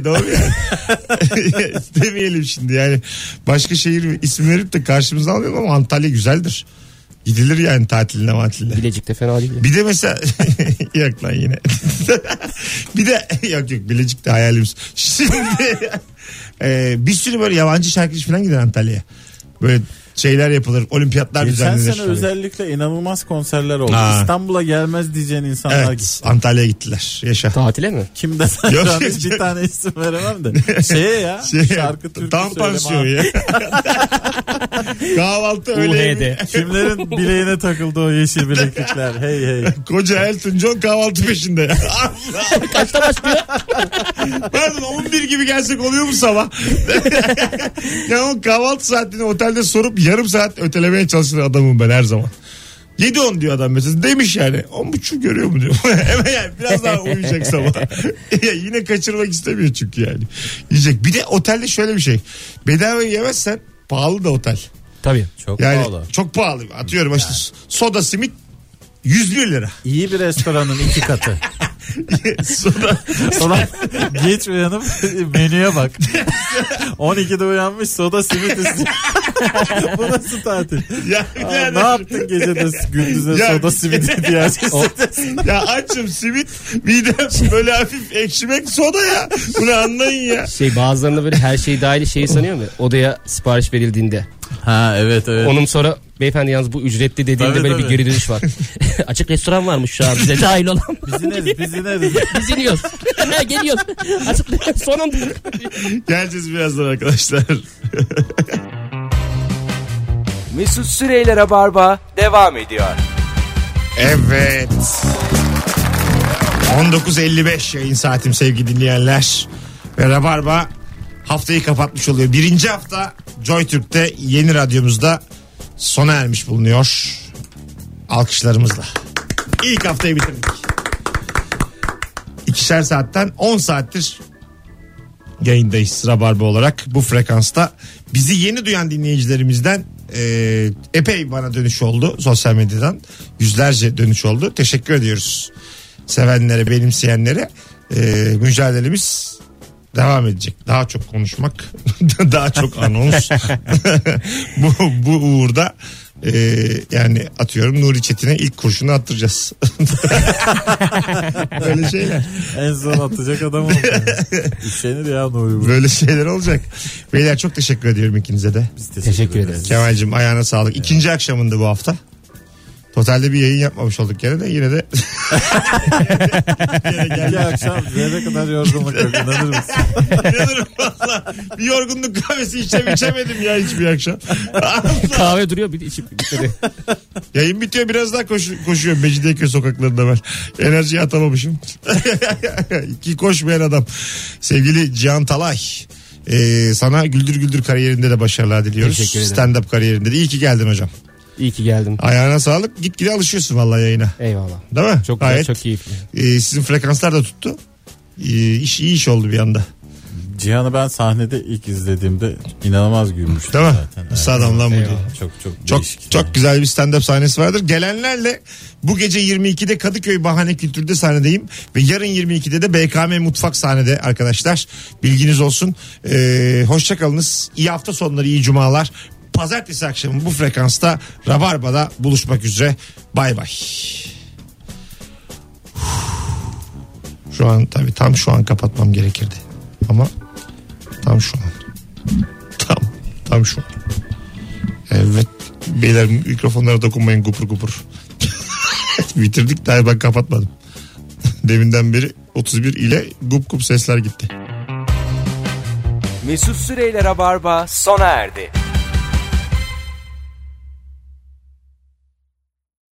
S2: Doğru yani. Demeyelim şimdi yani. Başka şehir ismi verip de karşımıza almayalım ama Antalya güzeldir. Gidilir yani tatiline matiline.
S4: Bilecik de fena değil. ya.
S2: Bir de mesela yok lan yine. bir de yok yok Bilecik de hayalimiz. Şimdi e, bir sürü böyle yabancı şarkıcı falan gider Antalya'ya. Böyle şeyler yapılır. Olimpiyatlar
S3: Geçen
S2: düzenlenir.
S3: sene özellikle inanılmaz konserler oldu.
S2: Ha.
S3: İstanbul'a gelmez diyeceğin insanlar
S2: Evet
S3: gitti.
S2: Antalya'ya gittiler. Yaşa.
S4: Tatile mi?
S3: Kim de sen
S2: Yok,
S3: şu an
S2: yok,
S3: hiç bir
S2: yok.
S3: tane isim veremem de. Şeye ya.
S2: Şey,
S3: şarkı türkü
S2: tam
S3: söyleme
S2: pansiyon
S3: abi.
S2: ya. Kahvaltı öğle yemeği.
S4: UHD.
S3: Kimlerin bileğine takıldı o yeşil bileklikler. Hey hey.
S2: Koca Elton John kahvaltı peşinde. Kaçta başlıyor? Pardon 11 gibi gelsek oluyor mu sabah? ya o kahvaltı saatini otelde sorup yarım saat ötelemeye çalışan adamım ben her zaman. 7-10 diyor adam mesela. Demiş yani. 10.30 görüyor mu diyor. Hemen yani biraz daha uyuyacak sabah. Ya Yine kaçırmak istemiyor çünkü yani. Yiyecek. Bir de otelde şöyle bir şey. Bedava yemezsen pahalı da otel.
S4: Tabii.
S3: Çok
S2: Yani
S3: pahalı.
S2: çok pahalı. Atıyorum işte soda simit 101 lira.
S3: İyi bir restoranın iki katı.
S2: soda
S3: Sonra geç uyanıp menüye bak. 12'de uyanmış soda simit istiyor. Bu nasıl tatil?
S2: Ya bir
S3: Aa,
S2: tane-
S3: ne yaptın gecede gündüze
S2: Ya-
S3: soda simit ihtiyacı hissettin?
S2: Ya açım simit midem böyle hafif ekşimek soda ya. Bunu anlayın ya.
S4: Şey bazılarında böyle her şey dahil şeyi sanıyor mu? Odaya sipariş verildiğinde.
S3: Ha evet evet.
S4: Onun sonra beyefendi yalnız bu ücretli dediğinde
S3: Tabii,
S4: böyle
S3: tabii.
S4: bir geri dönüş var. Açık restoran varmış şu an bize dahil olan.
S3: Biz ineriz biz ineriz.
S4: Biz iniyoruz. Geliyoruz. Açık sonunda.
S2: Geleceğiz birazdan arkadaşlar.
S1: Mesut Süreyler'e barba devam ediyor.
S2: Evet. 19.55 yayın saatim sevgili dinleyenler. Ve Rabarba haftayı kapatmış oluyor. Birinci hafta Joy Türk'te yeni radyomuzda sona ermiş bulunuyor. Alkışlarımızla. İlk haftayı bitirdik. İkişer saatten 10 saattir yayındayız Rabarba olarak bu frekansta. Bizi yeni duyan dinleyicilerimizden e, epey bana dönüş oldu sosyal medyadan. Yüzlerce dönüş oldu. Teşekkür ediyoruz. Sevenlere, benimseyenlere e, mücadelemiz devam edecek. Daha çok konuşmak, daha çok anons. bu, bu uğurda e, yani atıyorum Nuri Çetin'e ilk kurşunu attıracağız. Böyle şeyler.
S3: En son atacak adam oldu. Üşenir ya Nuri bu.
S2: Böyle şeyler olacak. Beyler çok teşekkür ediyorum ikinize de.
S3: Biz
S4: Teşekkür ederiz.
S2: Kemal'cim ayağına sağlık. İkinci akşamında bu hafta. Totalde bir yayın yapmamış olduk gene de yine de
S3: İyi akşam zerre kadar yorgunluk yok. İnanır mısın?
S2: inanırım valla. Bir yorgunluk kahvesi içem içemedim ya hiçbir akşam.
S4: Kahve duruyor bir de içip bitmedi.
S2: Yayın bitiyor biraz daha koş, koşuyorum Mecidiyeköy sokaklarında ben. Enerjiyi atamamışım. İki koşmayan adam. Sevgili Cihan Talay. Ee, sana güldür güldür kariyerinde de başarılar diliyoruz.
S4: Teşekkür ederim.
S2: Stand up kariyerinde de. İyi ki geldin hocam.
S4: İyi ki geldin.
S2: Ayağına sağlık. Gitgide alışıyorsun vallahi yayına.
S4: Eyvallah.
S2: Değil mi?
S4: Çok
S2: Gayet.
S4: güzel, çok keyifli.
S2: Ee, sizin frekanslar da tuttu. Ee, iş iyi iş oldu bir anda.
S3: Cihan'ı ben sahnede ilk izlediğimde inanılmaz gülmüştüm
S2: Değil mi?
S3: zaten.
S2: Nasıl adam lan bu diye.
S3: Eyvallah. Çok çok
S2: Çok
S3: değişik
S2: çok
S3: yani.
S2: güzel bir stand-up sahnesi vardır. Gelenlerle bu gece 22'de Kadıköy Bahane Kültür'de sahnedeyim ve yarın 22'de de BKM Mutfak sahnede arkadaşlar. Bilginiz olsun. Ee, hoşça kalınız. İyi hafta sonları, iyi cumalar. Pazartesi akşamı bu frekansta Rabarba'da buluşmak üzere. Bay bay. Şu an tabii tam şu an kapatmam gerekirdi. Ama tam şu an. Tam tam şu an. Evet. Beyler mikrofonlara dokunmayın gupur gupur. Bitirdik daha ben kapatmadım. Deminden beri 31 ile gup gup sesler gitti.
S1: Mesut Süreyler'e barba sona erdi.